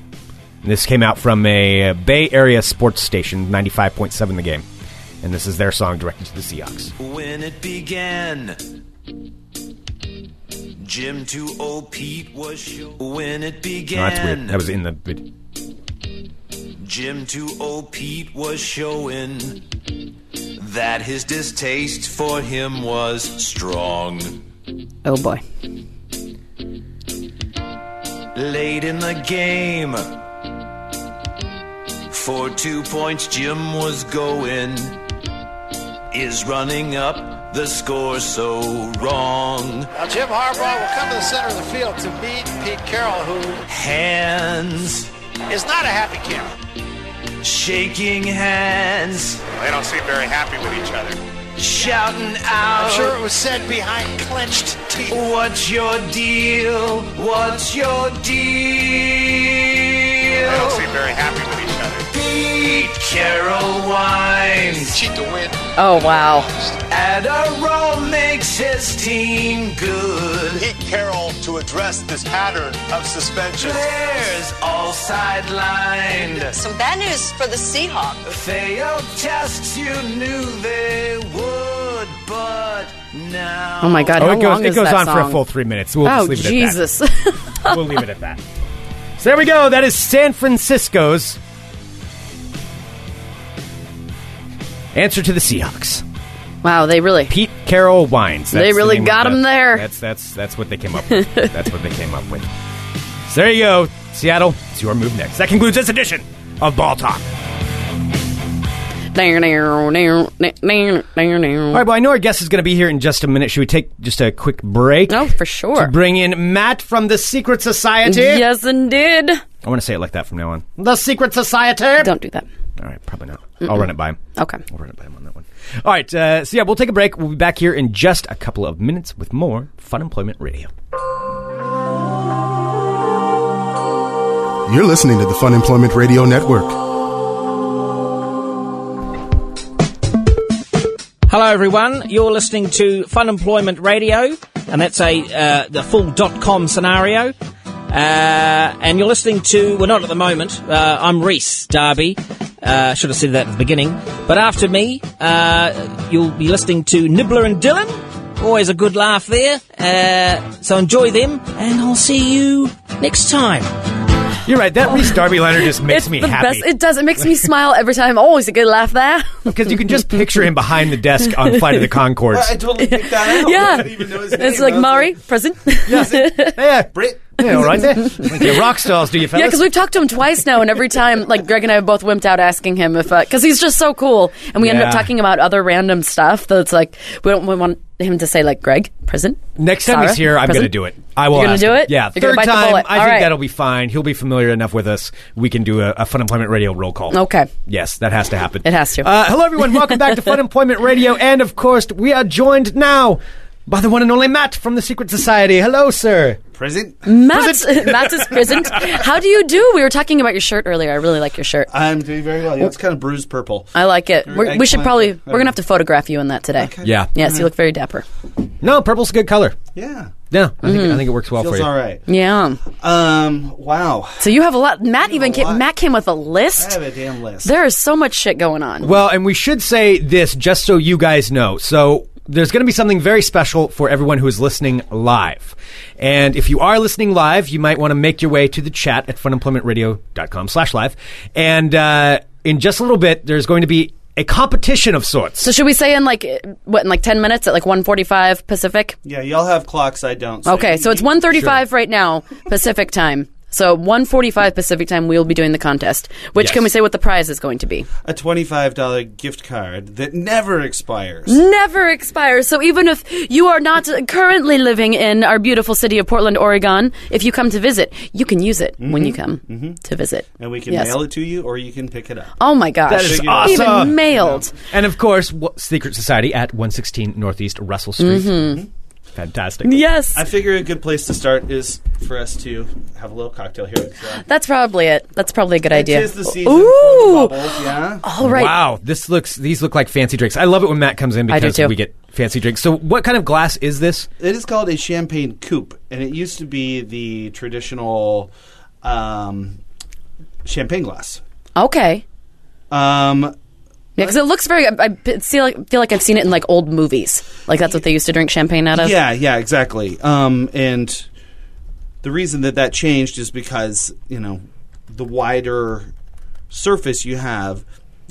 Speaker 6: And this came out from a Bay Area sports station, 95.7 the game. And this is their song directed to the Seahawks.
Speaker 5: when it began. Jim to old Pete was sure when it
Speaker 6: No,
Speaker 5: began.
Speaker 6: that's weird. That was in the vid-
Speaker 5: Jim to old Pete was showing that his distaste for him was strong.
Speaker 7: oh boy.
Speaker 5: Late in the game, for two points Jim was going, is running up the score so wrong.
Speaker 8: Now, Jim Harbaugh will come to the center of the field to meet Pete Carroll, who
Speaker 5: Hands,
Speaker 8: is not a happy camper.
Speaker 5: shaking hands.
Speaker 8: They don't seem very happy with each other.
Speaker 5: shouting
Speaker 8: I'm
Speaker 5: out,
Speaker 8: sure it was said behind clenched teeth.
Speaker 5: What's your deal? What's your deal?
Speaker 8: very happy with each other.
Speaker 5: Pete Carroll whines.
Speaker 8: Cheat to win.
Speaker 7: Oh wow.
Speaker 5: Adderall makes his team good.
Speaker 8: Pete Carroll to address this pattern of suspension.
Speaker 5: Players all sidelined.
Speaker 9: Some bad news for the Seahawks.
Speaker 5: Failed tests you knew they would, but now.
Speaker 7: Oh my god.
Speaker 6: Oh,
Speaker 7: how
Speaker 6: it goes,
Speaker 7: long
Speaker 6: it
Speaker 7: is
Speaker 6: goes
Speaker 7: that
Speaker 6: on for a
Speaker 7: song?
Speaker 6: full three minutes. We'll
Speaker 7: oh
Speaker 6: just leave it
Speaker 7: Jesus. <laughs>
Speaker 6: at that. We'll leave it at that. So there we go. That is San Francisco's answer to the Seahawks.
Speaker 7: wow. They really.
Speaker 6: Pete Carroll Wines.
Speaker 7: They really
Speaker 6: name of
Speaker 7: got
Speaker 6: that-
Speaker 7: 'em there.
Speaker 6: That's that's that's what they came up
Speaker 7: <laughs>
Speaker 6: with. that's what they came up with. So there you go, Seattle. It's your move next. That concludes this edition of Ball Talk. All
Speaker 7: Oh
Speaker 6: right, well, I know our guest is going to be here in just a minute. Should we take just a quick break?
Speaker 7: for
Speaker 6: To
Speaker 7: Oh, sure.
Speaker 6: bring in Matt from the Secret Society.
Speaker 7: Yes, indeed.
Speaker 6: I want to say it like that from now on. The Secret Society.
Speaker 7: Don't do that.
Speaker 6: All right, probably not. I'll run it by him.
Speaker 7: Okay.
Speaker 6: I'll run it by him on that one. All right, uh, so yeah, we'll take a break. We'll be back here in just a couple of minutes with more Fun Employment Radio.
Speaker 1: You're listening to the Fun Employment Radio Network.
Speaker 10: Hello, everyone. You're listening to Fun Employment Radio, and that's a uh, the full dot com scenario. Uh, and you're listening to well, not at the moment. Uh, I'm Reese Darby. Uh, should have said that at the beginning. But after me, uh, you'll be listening to Nibbler and Dylan. Always a good laugh there. Uh, so enjoy them, and I'll see you next time.
Speaker 6: You're right. That Reese Darby Leonard just makes
Speaker 7: it's
Speaker 6: me
Speaker 7: the
Speaker 6: happy
Speaker 7: best. It does. It makes me smile every time. Always a good laugh
Speaker 6: <laughs>
Speaker 7: there. <laughs>
Speaker 6: because you can just picture him behind the desk on Flight of the Concords.
Speaker 5: totally
Speaker 9: <laughs>
Speaker 5: picked that out.
Speaker 7: yeah. It's like Mari,
Speaker 6: <laughs>
Speaker 7: present. <laughs> Yeah,
Speaker 6: yeah, Brit. Yeah, all <laughs> right there. Okay, rock stars, do you fellas?
Speaker 7: because we've talked to him twice now, and every time, like Greg and I have both wimped out asking him if, because he's just so cool, and we end up
Speaker 6: Yeah.
Speaker 7: talking about other random stuff that's like we don't we want him to say like Greg, present.
Speaker 6: Next time
Speaker 7: Sarah,
Speaker 6: he's here, I'm going to
Speaker 7: present.
Speaker 6: do it. I will.
Speaker 7: You're gonna
Speaker 6: ask
Speaker 7: do
Speaker 6: him.
Speaker 7: it?
Speaker 6: Yeah.
Speaker 7: You're gonna
Speaker 6: third
Speaker 7: bite the
Speaker 6: time,
Speaker 7: bullet.
Speaker 6: I
Speaker 7: All
Speaker 6: think
Speaker 7: right.
Speaker 6: that'll be fine. He'll be familiar enough with us. We can do a, a Fun Employment Radio roll call.
Speaker 7: Okay.
Speaker 6: Yes, that has to happen.
Speaker 7: It has to.
Speaker 6: Uh, hello, everyone.
Speaker 7: <laughs>
Speaker 6: Welcome back to Fun Employment Radio, and of course, we are joined now by the one and only Matt from the Secret Society. Hello, sir.
Speaker 11: Present.
Speaker 7: Matt, <laughs> Matt is present. How do you do? We were talking about your shirt earlier. I really like your shirt.
Speaker 11: I'm doing very well. Yeah, it's kind of bruised purple.
Speaker 7: I like it. We're, we should
Speaker 11: eggplant.
Speaker 7: probably we're gonna have to photograph you in that today.
Speaker 6: Yeah.
Speaker 7: Yes,
Speaker 11: Mm-hmm.
Speaker 7: you look very dapper.
Speaker 6: No, purple's a good color.
Speaker 11: Yeah.
Speaker 6: Yeah, I, think,
Speaker 7: Mm-hmm.
Speaker 6: I think it works well for
Speaker 11: Feels
Speaker 6: you.
Speaker 11: all right.
Speaker 7: Yeah.
Speaker 11: Um. Wow.
Speaker 7: So you have a lot. Matt even came,
Speaker 11: lot.
Speaker 7: Matt came with a
Speaker 11: I
Speaker 7: list.
Speaker 11: have a damn list.
Speaker 7: There is so much shit going on.
Speaker 6: Well, and we should say this just so you guys know. So there's going to be something very special for everyone who is listening live. And if you are listening live, you might want to make your way to the chat at funemploymentradio.com slash live. And, uh, in just a little bit, there's going to be a competition of sorts.
Speaker 7: So should we say in like eh, what in like ten minutes at like one forty-five Pacific?
Speaker 11: Yeah, y'all have clocks. I don't. so
Speaker 7: okay,
Speaker 11: you-
Speaker 7: so it's one thirty-five right now Pacific time. So one forty-five Pacific time, we'll be doing the contest. Which
Speaker 11: Yes.
Speaker 7: can we say what the prize is going to be?
Speaker 11: a twenty-five dollar gift card that never expires.
Speaker 7: Mm. Never expires. So even if you are not currently living in our beautiful city of Portland, Oregon, if you come to visit, you can use it when you
Speaker 11: Mhm.
Speaker 7: come
Speaker 11: Mhm.
Speaker 7: to visit.
Speaker 11: And we can
Speaker 7: Yes.
Speaker 11: mail it to you, or you can pick it up.
Speaker 7: Oh my gosh!
Speaker 6: That is awesome.
Speaker 7: Even mailed.
Speaker 6: And of course, w- Secret Society at 116 Northeast Russell Street.
Speaker 7: Mhm.
Speaker 6: Fantastic.
Speaker 7: Yes.
Speaker 11: I figure a good place to start is for us to have a little cocktail here. So.
Speaker 7: That's probably it. That's probably a good idea.
Speaker 11: is the season
Speaker 7: Ooh.
Speaker 11: yeah.
Speaker 7: All right.
Speaker 6: Wow, this looks these look like fancy drinks. I love it when Matt comes in
Speaker 11: I do
Speaker 6: because
Speaker 11: too.
Speaker 6: we get fancy drinks. So what kind of glass is this?
Speaker 11: It is called a champagne coupe, and it used to be the traditional um, champagne glass.
Speaker 7: Okay.
Speaker 11: Um,
Speaker 7: Yeah, because it looks very. I, I p- see, like, feel like I've seen it in like old movies. Like that's what they used to drink champagne out of.
Speaker 11: Yeah, yeah, exactly. Um, and the reason that that changed is because you know the wider surface you have,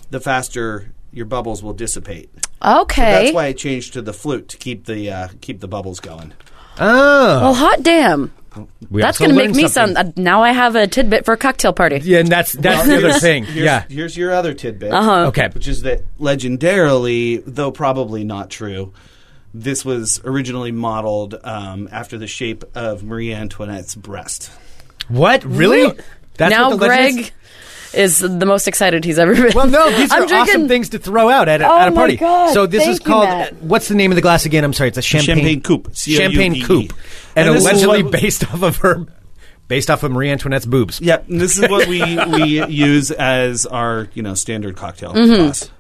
Speaker 11: the faster your bubbles will dissipate. So
Speaker 7: Okay.
Speaker 11: that's why it changed to the flute to keep the uh, keep the bubbles going.
Speaker 6: Oh.
Speaker 7: Well, hot damn.
Speaker 11: We
Speaker 7: that's
Speaker 11: also
Speaker 7: going to make
Speaker 11: learned
Speaker 7: me
Speaker 11: something.
Speaker 7: sound. Uh, now I have a tidbit for a cocktail party.
Speaker 6: Yeah, and that's
Speaker 11: Well,
Speaker 7: <laughs>
Speaker 11: here's- Here's, Here's your other tidbit.
Speaker 7: Uh-huh. Okay.
Speaker 11: Which is that legendarily, though probably not true, this was originally modeled um, after the shape of Marie Antoinette's breast.
Speaker 6: What? Really? That's
Speaker 7: now
Speaker 6: what the legend
Speaker 7: Greg is the most excited he's ever been.
Speaker 6: Well, no, these
Speaker 7: I'm
Speaker 6: are
Speaker 7: drinking-
Speaker 6: awesome things to throw out at a,
Speaker 7: Oh
Speaker 6: at a
Speaker 7: my
Speaker 6: party.
Speaker 7: God,
Speaker 6: so this
Speaker 7: thank
Speaker 6: is
Speaker 7: you,
Speaker 6: called
Speaker 7: Matt.
Speaker 6: uh, what's the name of the glass again? I'm sorry, it's a champagne,
Speaker 11: Champagne coupe.
Speaker 6: Champagne
Speaker 11: C O U P E.
Speaker 6: coupe, and,
Speaker 11: And this is
Speaker 6: allegedly
Speaker 11: what-
Speaker 6: based off of her, based off of Marie Antoinette's boobs.
Speaker 11: Yep, and this is what we we use as our you know standard cocktail
Speaker 7: Mm-hmm.
Speaker 6: Mhm.
Speaker 11: glass.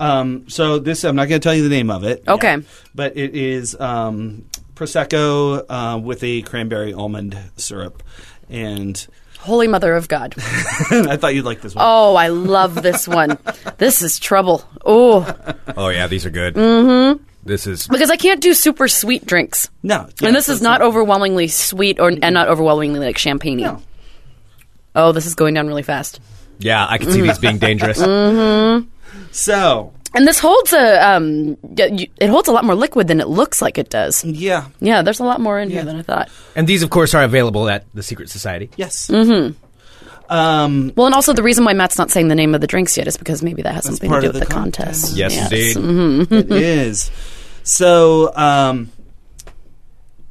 Speaker 11: Um, so this, I'm not going to tell you the name of it.
Speaker 7: Okay.
Speaker 11: but it is um, prosecco uh, with a cranberry almond syrup,
Speaker 7: <laughs>
Speaker 11: and
Speaker 7: Holy Mother of God.
Speaker 11: I thought you'd like this one.
Speaker 7: Oh, I love this one. this is trouble. Oh.
Speaker 6: Oh yeah, these are good.
Speaker 7: Mm hmm.
Speaker 6: This is
Speaker 7: Because I can't do super sweet drinks.
Speaker 11: No.
Speaker 7: and this is not overwhelmingly sweet or and not overwhelmingly like champagne Oh, this is going down really fast.
Speaker 6: yeah, I can see these being dangerous.
Speaker 7: Mm-hmm.
Speaker 11: So.
Speaker 7: And this holds a um y- y- it holds a lot more liquid than it looks like it does.
Speaker 11: Yeah.
Speaker 7: Yeah, there's a lot more in here than I thought.
Speaker 6: And these, of course, are available at the Secret Society.
Speaker 11: Yes.
Speaker 7: Mhm.
Speaker 11: Um
Speaker 7: Well, and also the reason why Matt's not saying the name of the drinks yet is because maybe that has something to
Speaker 11: part
Speaker 7: do
Speaker 11: of
Speaker 7: with
Speaker 11: the
Speaker 7: the contest.
Speaker 6: Yes, indeed.
Speaker 7: Mhm.
Speaker 11: it is. So, um,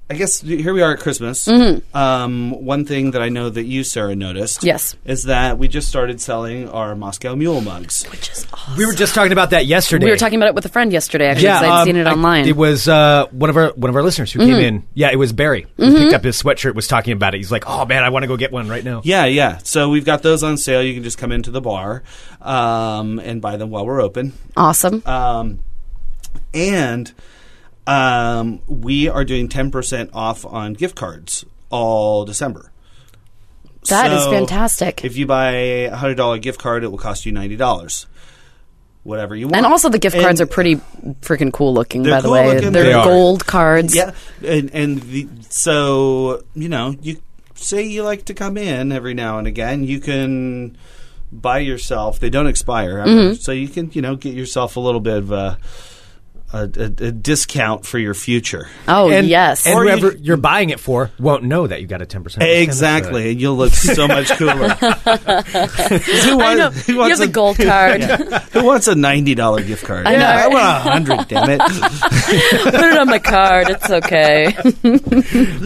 Speaker 11: I guess here we are at Christmas. Um, one thing that I know that you, Sarah, noticed.
Speaker 7: Mm-hmm. Yes.
Speaker 11: Is that we just started selling our Moscow Mule mugs. Which
Speaker 7: is
Speaker 6: We were just talking about that yesterday.
Speaker 7: We were talking about it with a friend yesterday actually
Speaker 6: yeah,
Speaker 7: 'cause I'd
Speaker 6: um,
Speaker 7: seen it
Speaker 6: I-
Speaker 7: online.
Speaker 6: it was uh, one of our one of our listeners who came
Speaker 7: Mhm.
Speaker 6: in. Yeah, it was Barry. who
Speaker 7: Mhm.
Speaker 6: picked up his sweatshirt. Was talking about it. He's like, "Oh man, I want to go get one right now."
Speaker 11: Yeah, yeah. So we've got those on sale. You can just come into the bar um, and buy them while we're open.
Speaker 7: Awesome.
Speaker 11: Um, and um, we are doing 10% off on gift cards all December.
Speaker 7: That is fantastic.
Speaker 11: If you buy a $100 gift card, it will cost you $90. Whatever you want.
Speaker 7: and also the gift
Speaker 11: And
Speaker 7: cards are pretty freaking cool looking
Speaker 11: they're
Speaker 7: by the
Speaker 11: cool
Speaker 7: way.
Speaker 11: looking.
Speaker 7: They're gold cards.
Speaker 11: Yeah, and and the, so you know you say you like to come in every now and again. You can buy yourself; they don't expire,
Speaker 7: Mhm.
Speaker 11: so you can you know get yourself a little bit of a a, a, a discount for your future.
Speaker 7: Oh
Speaker 6: and,
Speaker 7: yes.
Speaker 6: and whoever you, are buying it for won't know that you got a ten percent.
Speaker 11: Exactly, and you'll look so much cooler. who
Speaker 7: <laughs> I
Speaker 11: <laughs>
Speaker 7: know.
Speaker 11: who
Speaker 7: You have the gold card.
Speaker 11: <laughs> Yeah. Who wants a ninety dollar gift card?
Speaker 7: I know,
Speaker 11: Yeah, I
Speaker 7: right?
Speaker 11: want a hundred. damn
Speaker 7: <laughs>
Speaker 11: it!
Speaker 7: <laughs> Put it on my card. It's okay.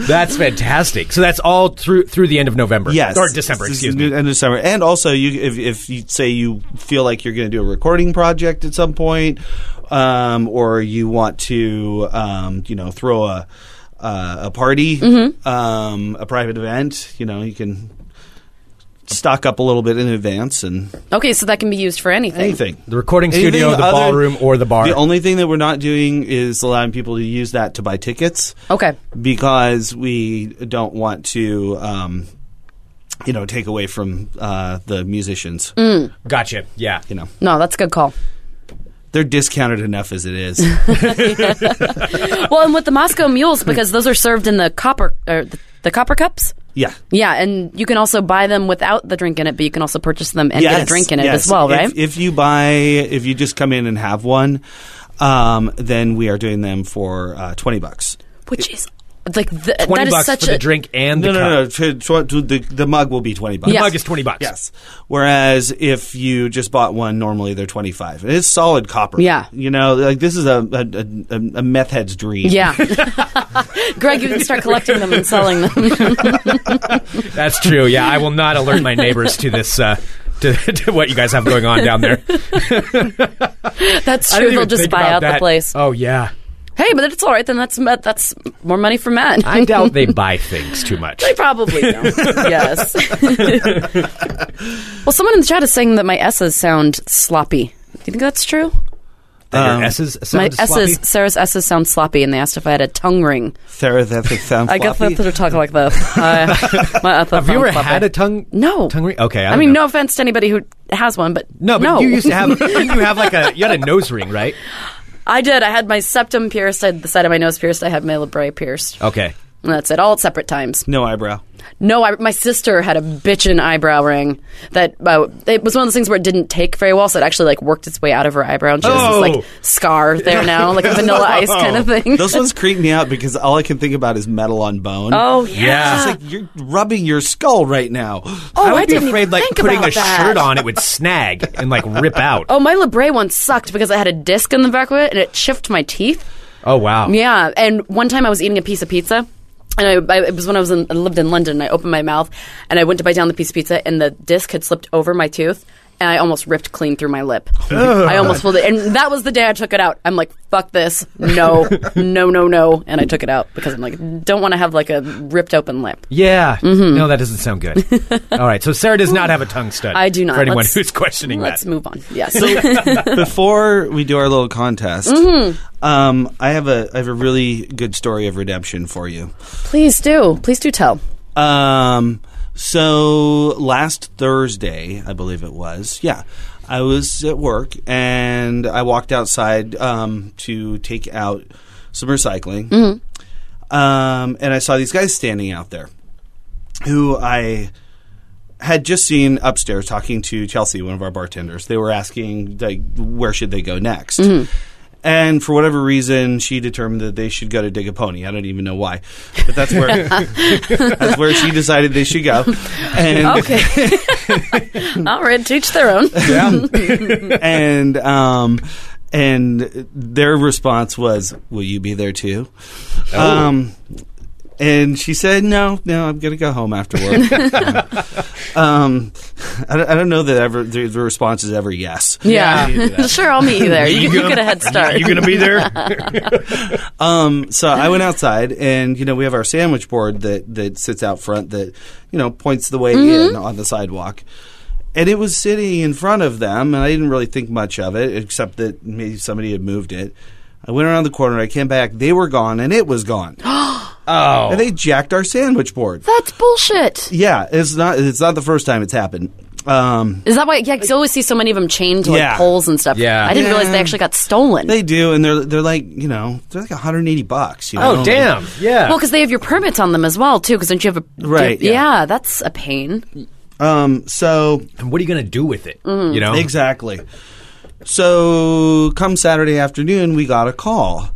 Speaker 6: That's fantastic. So that's all through through the end of November.
Speaker 11: Yes,
Speaker 6: or December.
Speaker 11: This is
Speaker 6: Excuse me.
Speaker 11: new- End of December, and also you, if, if you say you feel like you're going to do a recording project at some point, um, or you want to, um, you know, throw a uh, a party, um, a private event, you know, you can stock up a little bit in advance and
Speaker 7: <laughs> Okay, so that can be used for anything.
Speaker 11: anything.
Speaker 6: The recording
Speaker 11: Anything
Speaker 6: studio, the
Speaker 11: other-
Speaker 6: ballroom, or the bar.
Speaker 11: The only thing that we're not doing is allowing people to use that to buy tickets
Speaker 7: Okay.
Speaker 11: because we don't want to, um, you know, take away from uh, the musicians.
Speaker 7: Mm.
Speaker 6: Gotcha. Yeah.
Speaker 11: You know,
Speaker 7: No, that's a good call.
Speaker 11: they're discounted enough as
Speaker 7: <laughs>
Speaker 11: it is. <laughs>
Speaker 7: Well, and with the Moscow mules, because those are served in the copper or the, the copper cups.
Speaker 11: Yeah.
Speaker 7: Yeah, and you can also buy them without the drink in it, but you can also purchase them and get a
Speaker 11: Yes,
Speaker 7: drink in it
Speaker 11: yes.
Speaker 7: as well,
Speaker 11: If-
Speaker 7: right?
Speaker 11: If, you buy, if you just come in and have one, um, then we are doing them for uh, twenty bucks.
Speaker 7: Which is like the, that
Speaker 6: 20
Speaker 7: is
Speaker 6: bucks
Speaker 7: such a
Speaker 6: for the drink and
Speaker 11: No,
Speaker 6: the
Speaker 11: no,
Speaker 6: cup.
Speaker 11: no, no. Tw- tw- tw- the, the mug will be twenty bucks.
Speaker 6: The mug is 20 bucks.
Speaker 11: Yes. Whereas if you just bought one, normally they're twenty five. It's solid copper.
Speaker 7: Yeah.
Speaker 11: You know, like this is a a, a, a meth head's dream.
Speaker 6: <laughs>
Speaker 7: yeah. <laughs> Greg, you can start collecting them and selling them.
Speaker 6: That's true. Yeah, I will not alert my neighbors to this. Uh, <laughs> to, to what you guys have going on
Speaker 7: <laughs>
Speaker 6: down there.
Speaker 7: That's
Speaker 6: I
Speaker 7: true.
Speaker 6: didn't
Speaker 7: They'll
Speaker 6: even
Speaker 7: just
Speaker 6: think
Speaker 7: buy
Speaker 6: about
Speaker 7: out the
Speaker 6: that.
Speaker 7: place.
Speaker 6: Oh yeah.
Speaker 7: Hey, but it's all right. Then that's Matt- that's more money for Matt.
Speaker 6: I doubt they buy things too much.
Speaker 7: <laughs> They probably
Speaker 6: <laughs>
Speaker 7: don't. yes. <laughs> well, someone in the chat is saying that my S's sound sloppy. Do you think that's true?
Speaker 6: That
Speaker 11: Um,
Speaker 6: your S's
Speaker 7: my
Speaker 6: sound sloppy?
Speaker 7: S's, Sarah's S's sound sloppy, and they asked if I had a tongue ring.
Speaker 11: Therapeutic sound.
Speaker 7: I guess
Speaker 11: floppy.
Speaker 7: that's what talk like though. Uh,
Speaker 6: <laughs>
Speaker 7: my upper
Speaker 6: Have you
Speaker 7: sound
Speaker 6: ever
Speaker 7: floppy.
Speaker 6: had a tongue?
Speaker 7: No.
Speaker 6: tongue ring. Okay, I,
Speaker 7: I,
Speaker 6: don't
Speaker 7: mean,
Speaker 6: know.
Speaker 7: no offense to anybody who has one, but
Speaker 6: no, but you used
Speaker 7: <laughs>
Speaker 6: to have. didn't you have like a you had a nose ring, right?
Speaker 7: I did. I had my septum pierced. I had the side of my nose pierced. I had my labret pierced.
Speaker 6: Okay,
Speaker 7: And that's it. All at separate times.
Speaker 11: No eyebrow.
Speaker 7: No, I, my sister had a bitchin' eyebrow ring that uh, it was one of those things where it didn't take very well, so it actually like worked its way out of her eyebrow, and she has
Speaker 6: Oh.
Speaker 7: this like scar there now, like a vanilla ice kind of thing.
Speaker 11: Those ones creep me out because all I can think about is metal on bone.
Speaker 7: <laughs> oh yeah,
Speaker 6: Yeah.
Speaker 11: It's like you're rubbing your skull right
Speaker 7: <laughs>
Speaker 11: now.
Speaker 7: oh,
Speaker 6: I would be
Speaker 7: didn't even
Speaker 6: afraid like
Speaker 7: think
Speaker 6: putting
Speaker 7: about
Speaker 6: a
Speaker 7: that.
Speaker 6: shirt on, it would snag and like
Speaker 7: <laughs>
Speaker 6: rip out.
Speaker 7: Oh, my labret one sucked because I had a disc in the back of it, and it chipped my teeth.
Speaker 6: Oh, wow.
Speaker 7: Yeah, and one time I was eating a piece of pizza, and I, I it was when I was in, I lived in London. And I opened my mouth, and I went to bite down the piece of pizza, and the disc had slipped over my tooth, and I almost ripped clean through my lip. I almost pulled it, and that was the day I took it out. I'm like, fuck this, no, no, no, no, and I took it out because I'm like, don't want to have like a ripped open lip.
Speaker 6: Yeah.
Speaker 7: Mm-hmm.
Speaker 6: No, that doesn't
Speaker 7: <laughs>
Speaker 6: sound good. All right. So Sarah does not have a tongue stud.
Speaker 7: I do not.
Speaker 6: For anyone
Speaker 7: Let's-
Speaker 6: who's questioning
Speaker 7: Let's
Speaker 6: that.
Speaker 7: move on. Yes.
Speaker 11: Before we do our little contest,
Speaker 7: Mm-hmm.
Speaker 11: um, I have a I have a really good story of redemption for you.
Speaker 7: Please do. Please do tell.
Speaker 11: Um, so last Thursday, I believe it was, yeah, I was at work and I walked outside um, to take out some recycling,
Speaker 7: Mm-hmm.
Speaker 11: um, and I saw these guys standing out there who I had just seen upstairs talking to Chelsea, one of our bartenders. They were asking like where should they go next. And for whatever reason, she determined that they should go to Dig a Pony. I don't even know why, but that's where <laughs> that's where she decided they should go. And
Speaker 7: Okay. <laughs> All right. To each their own.
Speaker 11: <laughs> and um and their response was, "Will you be there too?" Um and she said, "No, no, I'm going to go home after work." um, I, don't, I don't know that ever the, the response is ever yes.
Speaker 7: Yeah.
Speaker 11: do that.
Speaker 7: sure, I'll meet you there. You,
Speaker 6: You
Speaker 7: you
Speaker 6: go-
Speaker 7: get a head start.
Speaker 6: Are you going to
Speaker 7: <laughs>
Speaker 6: be there?
Speaker 11: Um, so I went outside, and you know we have our sandwich board that that sits out front that you know points the way
Speaker 6: Mm-hmm.
Speaker 11: in on the sidewalk, and it was sitting in front of them, and I didn't really think much of it except that maybe somebody had moved it. I went around the corner, I came back, they were gone, and it was gone,
Speaker 6: <gasps> Oh.
Speaker 11: and they jacked our sandwich board.
Speaker 7: That's bullshit.
Speaker 11: Yeah, it's not it's not the first time it's happened. Um,
Speaker 7: Is that why? Yeah, 'cause you always see so many of them chained to like
Speaker 11: Yeah.
Speaker 7: poles and stuff.
Speaker 6: Yeah.
Speaker 7: I didn't realize they actually got stolen.
Speaker 11: they do, and they're they're like you know they're like 180 bucks. You know?
Speaker 6: Oh, damn. Yeah.
Speaker 7: well, because they have your permits on them as well too. Because don't you have a
Speaker 11: Right,
Speaker 7: Yeah.
Speaker 11: yeah.
Speaker 7: that's a pain.
Speaker 11: Um, so
Speaker 6: and what are you going to do with it?
Speaker 7: Mm-hmm.
Speaker 6: You know?
Speaker 11: Exactly. So, come Saturday afternoon, we got a call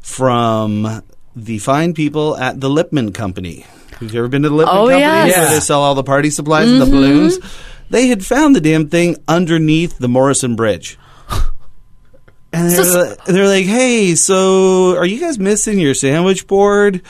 Speaker 11: from the fine people at the Lipman Company. Have you ever been to the Lipman
Speaker 7: Oh,
Speaker 11: Company?
Speaker 7: yes. Mm-hmm.
Speaker 11: Where they sell all the party supplies and the balloons. They had found the damn thing underneath the Morrison Bridge. And they're,
Speaker 7: So-
Speaker 11: li- they're like, hey, so are you guys missing your sandwich board?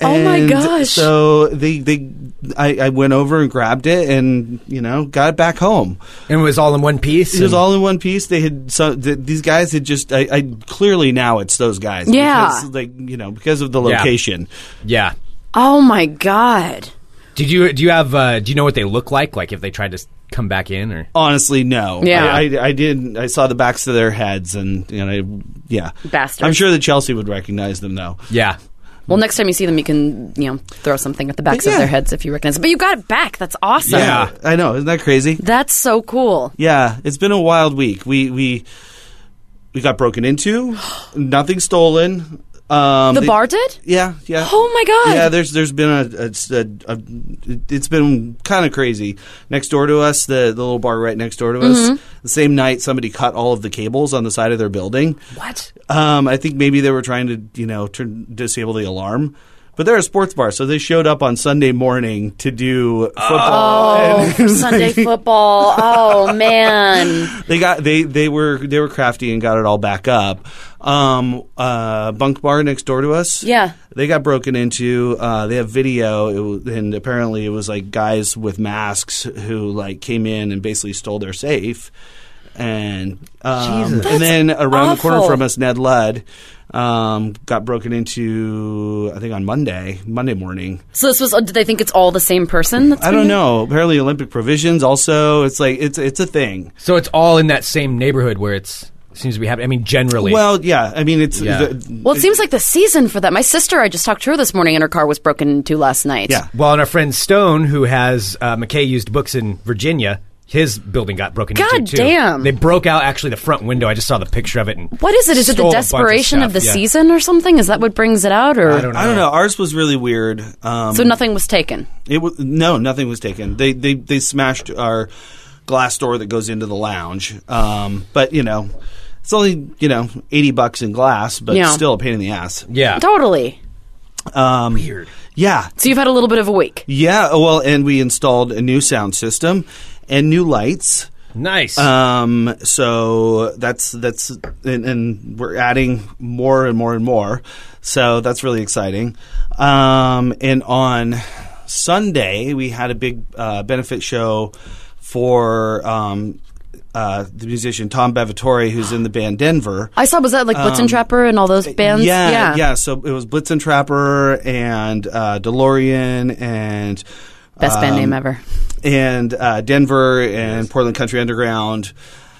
Speaker 7: Oh my
Speaker 11: And
Speaker 7: gosh.
Speaker 11: So they, they, I, I went over and grabbed it, and you know, got it back home.
Speaker 6: And it was all in one piece?
Speaker 11: It was
Speaker 6: and-
Speaker 11: all in one piece. They had so th- these guys had just. I, I clearly now it's those guys.
Speaker 7: Yeah.
Speaker 11: because, like you know because of the
Speaker 6: Yeah.
Speaker 11: location.
Speaker 6: Yeah.
Speaker 7: Oh my god.
Speaker 6: Did you do you have uh, do you know what they look like? Like if they tried to s- come back in or
Speaker 11: Honestly, no.
Speaker 7: Yeah.
Speaker 11: I, I, I did. I saw the backs of their heads, and you know, I, yeah,
Speaker 7: Bastards.
Speaker 11: I'm sure that Chelsea would recognize them though.
Speaker 6: yeah.
Speaker 7: Well, next time you see them, you can you know throw something at the backs of
Speaker 11: yeah.
Speaker 7: their heads if you recognize it. But you got it back. That's awesome.
Speaker 6: Yeah.
Speaker 11: I know. Isn't that crazy?
Speaker 7: That's so cool.
Speaker 11: Yeah, it's been a <gasps> wild week. We we we got broken into, nothing stolen. Um,
Speaker 7: The
Speaker 11: they-
Speaker 7: bar did?
Speaker 11: Yeah, yeah.
Speaker 7: Oh my God.
Speaker 11: Yeah, there's there's been a, a- a- a- it's been kind of crazy. Next door to us, the the little bar right next door to
Speaker 7: Mhm.
Speaker 11: us. The same night, somebody cut all of the cables on the side of their building.
Speaker 7: What?
Speaker 11: Um, I think maybe they were trying to you know turn, disable the alarm. But they're a sports bar, so they showed up on Sunday morning to do football.
Speaker 7: Oh,
Speaker 11: And <laughs> it was
Speaker 7: Sunday
Speaker 11: like-
Speaker 7: football. Oh man.
Speaker 11: they got they they were they were crafty and got it all back up. Um, uh, bunk bar next door to us.
Speaker 7: Yeah.
Speaker 11: they got broken into. Uh, they have video, it wa- and apparently it was like guys with masks who like came in and basically stole their safe. And um,
Speaker 12: Jesus.
Speaker 11: and then around the corner
Speaker 12: awful.
Speaker 11: from us, Ned Ludd um, got broken into. I think on Monday, Monday morning.
Speaker 7: So this was. uh, Do they think it's all the same person? That's
Speaker 11: I
Speaker 7: doing
Speaker 11: don't
Speaker 7: it?
Speaker 11: know. Apparently, Olympic provisions. Also, it's like it's it's a thing.
Speaker 6: So it's all in that same neighborhood where it's seems to be happening. I mean, generally.
Speaker 11: Well, yeah. I mean, it's
Speaker 6: Yeah.
Speaker 11: the-
Speaker 7: Well, it seems like the season for that. My sister, I just talked to her this morning, and her car was broken into last night.
Speaker 6: Yeah. Well, and our friend Stone, who has uh, McKay used books in Virginia, his building got broken
Speaker 7: God
Speaker 6: into. too.
Speaker 7: damn.
Speaker 6: They broke out actually the front window. I just saw the picture of it. And
Speaker 7: What is it? Is it
Speaker 6: stole
Speaker 7: the
Speaker 6: a bunch of
Speaker 7: desperation of,
Speaker 6: stuff.
Speaker 7: the
Speaker 6: Yeah.
Speaker 7: season or something? Is that what brings it out? Or
Speaker 11: I don't know. Ours was really weird. Um,
Speaker 7: So nothing was taken.
Speaker 11: It was no, nothing was taken. They they they smashed our glass door that goes into the lounge. Um, but you know, it's only you know eighty bucks in glass, but
Speaker 7: Yeah.
Speaker 11: still a pain in the ass.
Speaker 6: Yeah,
Speaker 7: Totally.
Speaker 11: um, weird. Yeah,
Speaker 7: So you've had a little bit of a week.
Speaker 11: yeah. Well, and we installed a new sound system and new lights.
Speaker 6: Nice.
Speaker 7: Uh,
Speaker 11: Um, so that's that's and, and we're adding more and more and more. So that's really exciting. Um, and on Sunday we had a big uh, benefit show for um, uh, the musician Tom Bevatore, who's in the band Denver.
Speaker 7: I saw. Was that like Blitzen
Speaker 11: Um,
Speaker 7: Trapper and all those bands?
Speaker 11: Yeah, yeah, So it was Blitz and Trapper and uh, DeLorean and
Speaker 7: Best band
Speaker 11: Um,
Speaker 7: name ever.
Speaker 11: and uh, Denver and Portland Country Underground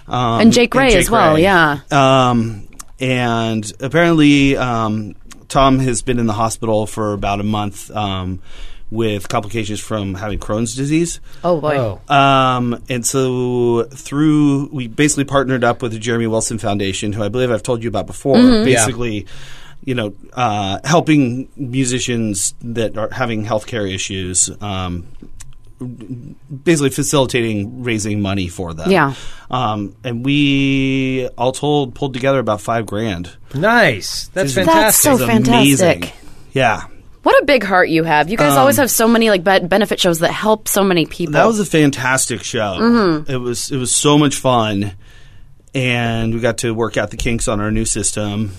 Speaker 11: um,
Speaker 7: And Jake Ray as well, yeah.
Speaker 11: Um, and apparently, um, Tom has been in the hospital for about a month. Um, with complications from having Crohn's disease.
Speaker 7: Oh, boy. Oh.
Speaker 11: Um, and so through we basically partnered up with the Jeremy Wilson Foundation, who I believe I've told you about before.
Speaker 7: Mm-hmm.
Speaker 12: Mhm. Yeah.
Speaker 11: Basically, you know, uh, helping musicians that are having healthcare issues. Um, basically facilitating raising money for them.
Speaker 7: Yeah.
Speaker 11: Um, and we all told pulled together about five grand.
Speaker 6: Nice. That's
Speaker 11: Which is-
Speaker 7: That's so
Speaker 11: is amazing.
Speaker 7: fantastic.
Speaker 11: Yeah.
Speaker 7: What a big heart you have. You guys
Speaker 11: Um,
Speaker 7: always have so many like be- benefit shows that help so many people.
Speaker 11: That was a fantastic show.
Speaker 7: Mhm.
Speaker 11: It was it was so much fun, and we got to work out the kinks on our new system.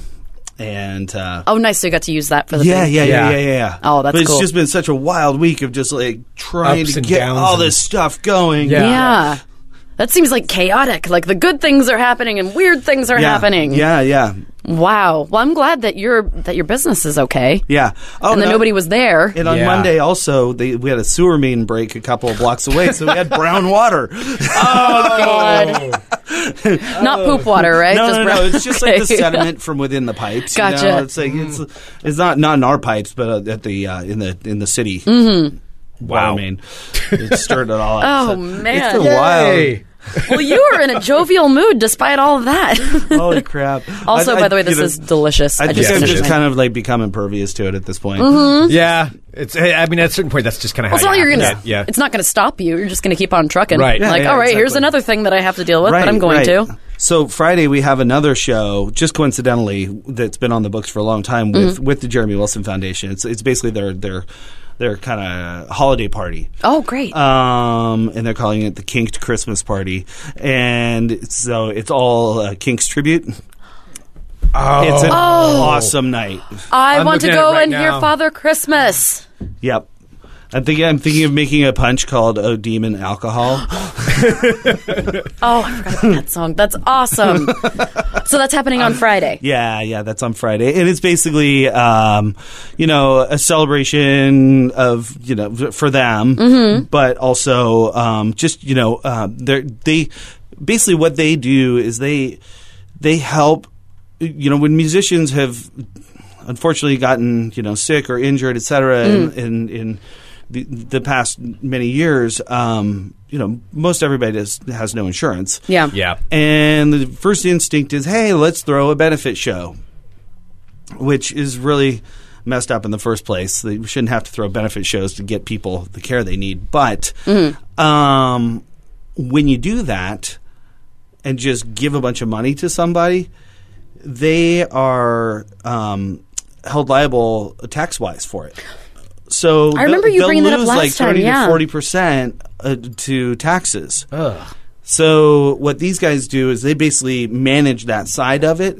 Speaker 11: And uh,
Speaker 7: oh, nice. So you got to use that for the
Speaker 11: yeah,
Speaker 7: big-
Speaker 11: yeah, yeah, yeah, yeah, yeah.
Speaker 7: Oh, that's
Speaker 11: but it's
Speaker 7: cool.
Speaker 11: just been such a wild week of just like trying
Speaker 6: Ups
Speaker 11: to
Speaker 6: and
Speaker 11: get
Speaker 6: downs
Speaker 11: all
Speaker 6: and-
Speaker 11: this stuff going.
Speaker 7: yeah. Ah. That seems like chaotic. Like the good things are happening and weird things are
Speaker 11: Yeah.
Speaker 7: happening.
Speaker 11: Yeah, yeah,
Speaker 7: Wow. Well, I'm glad that your that your business is okay.
Speaker 11: yeah. Oh,
Speaker 7: and that
Speaker 11: no.
Speaker 7: nobody was there.
Speaker 11: And on Monday also, they, we had a sewer main break a couple of blocks away, so we had
Speaker 7: <laughs>
Speaker 11: brown water.
Speaker 7: God. <laughs> Not poop water, right?
Speaker 11: Oh. No,
Speaker 7: Just
Speaker 11: no, no.
Speaker 7: brown-
Speaker 11: It's just like
Speaker 7: <laughs>
Speaker 11: the
Speaker 7: Okay.
Speaker 11: sediment from within the pipes. you know?
Speaker 7: Gotcha. Mm-hmm.
Speaker 11: It's like it's it's not not in our pipes, but uh, at the uh, in the in the city.
Speaker 7: Mhm.
Speaker 11: Wow, I mean, it stirred it all.
Speaker 7: <laughs>
Speaker 11: up.
Speaker 7: Oh,
Speaker 11: So
Speaker 7: man.
Speaker 11: it's been
Speaker 7: Yay.
Speaker 11: wild.
Speaker 7: well, you are in a jovial mood despite all of
Speaker 11: <laughs>
Speaker 7: that.
Speaker 11: Holy crap!
Speaker 7: <laughs> Also,
Speaker 11: I- I-
Speaker 7: by the way,
Speaker 11: you
Speaker 7: this
Speaker 11: know,
Speaker 7: is delicious. I,
Speaker 11: I think
Speaker 7: just
Speaker 11: I've
Speaker 7: finished
Speaker 11: just
Speaker 7: mine.
Speaker 11: kind of like become impervious to it at this point.
Speaker 7: Mhm.
Speaker 6: Yeah. It's. I mean, at a certain point, that's just kind of
Speaker 7: Well, it's
Speaker 6: how
Speaker 7: not like
Speaker 6: you
Speaker 7: you're
Speaker 6: have
Speaker 7: gonna.
Speaker 6: to get- Yeah.
Speaker 7: It's not gonna stop you. You're just gonna keep on trucking.
Speaker 11: Right. Yeah,
Speaker 7: like,
Speaker 11: yeah,
Speaker 7: all right, here's
Speaker 11: exactly.
Speaker 7: another thing that I have to deal with, but I'm going
Speaker 11: right.
Speaker 7: to.
Speaker 11: So Friday we have another show, just coincidentally, that's been on the books for a long time with
Speaker 7: Mhm.
Speaker 11: with the Jeremy Wilson Foundation. It's it's basically their their their kind of holiday party.
Speaker 7: Oh, great.
Speaker 11: Um, and they're calling it the Kinked Christmas Party, and so it's all uh, Kinks tribute. Oh. It's an
Speaker 7: Oh.
Speaker 11: awesome night.
Speaker 7: I want to go and hear Father Christmas.
Speaker 11: Yep. I'm thinking. I'm thinking of making a punch called "Oh Demon Alcohol." <gasps>
Speaker 7: Oh, I forgot about that song. That's
Speaker 11: <laughs>
Speaker 7: awesome. so that's happening on
Speaker 11: Um,
Speaker 7: Friday.
Speaker 11: Yeah, yeah, that's on Friday, and it's basically, um, you know, a celebration of you know f- for them,
Speaker 12: Mhm.
Speaker 11: but also um, just you know uh, they they basically what they do is they they help you know when musicians have unfortunately gotten you know sick or injured, et cetera,
Speaker 12: Mm.
Speaker 11: in, in in the, the past many years, um, you know, most everybody does, has no insurance.
Speaker 7: Yeah.
Speaker 6: Yeah.
Speaker 11: And the first instinct is, hey, let's throw a benefit show. which is really messed up in the first place. They shouldn't have to throw benefit shows to get people the care they need. But um, when you do that and just give a bunch of money to somebody, they are um, held liable tax wise for it. So
Speaker 7: I remember
Speaker 11: they'll-
Speaker 7: you
Speaker 11: they'll
Speaker 7: bringing that up
Speaker 11: lose
Speaker 7: last
Speaker 11: like
Speaker 7: time,
Speaker 11: thirty
Speaker 7: yeah.
Speaker 11: to forty percent uh, to taxes. So what these guys do is they basically manage that side of it,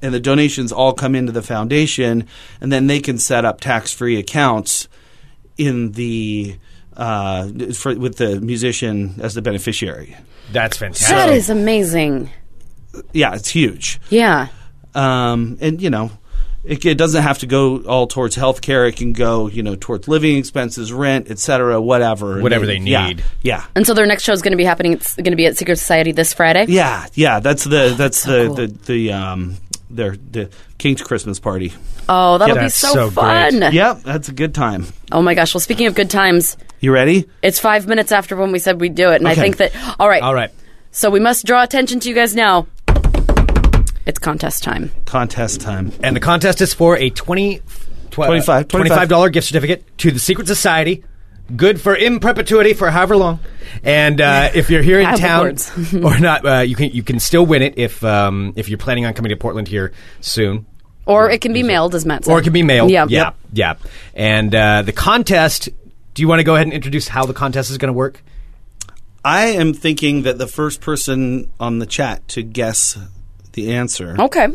Speaker 11: and the donations all come into the foundation, and then they can set up tax-free accounts in the uh, for, with the musician as the beneficiary.
Speaker 6: That's fantastic.
Speaker 7: That is amazing.
Speaker 11: Yeah, it's huge.
Speaker 7: Yeah.
Speaker 11: um, and you know it, it doesn't have to go all towards healthcare. it can go you know towards living expenses rent etc whatever
Speaker 6: Whatever they
Speaker 11: yeah,
Speaker 6: need.
Speaker 11: yeah
Speaker 7: And so their next show is going to be happening. It's going to be at Secret Society this Friday.
Speaker 11: yeah yeah that's the that's the,
Speaker 7: cool.
Speaker 11: the the um their the king's christmas party
Speaker 7: Oh, that'll
Speaker 11: Yeah,
Speaker 7: be
Speaker 6: that's
Speaker 7: so,
Speaker 6: so great.
Speaker 7: fun.
Speaker 11: yep that's a good time
Speaker 7: Oh my gosh. Well, speaking of good times,
Speaker 11: you ready
Speaker 7: it's five minutes after when we said we'd do it, and I
Speaker 11: Okay.
Speaker 7: think that all right.
Speaker 6: All right.
Speaker 7: So we must draw attention to you guys now. It's contest time.
Speaker 11: contest time
Speaker 6: And the contest is for a 20, tw-
Speaker 11: 25,
Speaker 6: $25 dollar gift certificate to the Secret Society. Good for in perpetuity for however long. And uh, if you're here
Speaker 7: <laughs>
Speaker 6: in
Speaker 7: I have
Speaker 6: town
Speaker 7: words.
Speaker 6: or not, uh, you can you can still win it if um, if you're planning on coming to Portland here soon.
Speaker 7: Or it can be mailed, as Matt said.
Speaker 6: Or it can be mailed.
Speaker 7: Yeah.
Speaker 6: yeah, yeah. And uh, the contest. Do you want to go ahead and introduce how the contest is going to work?
Speaker 11: i am thinking that the first person on the chat to guess the answer
Speaker 7: Okay.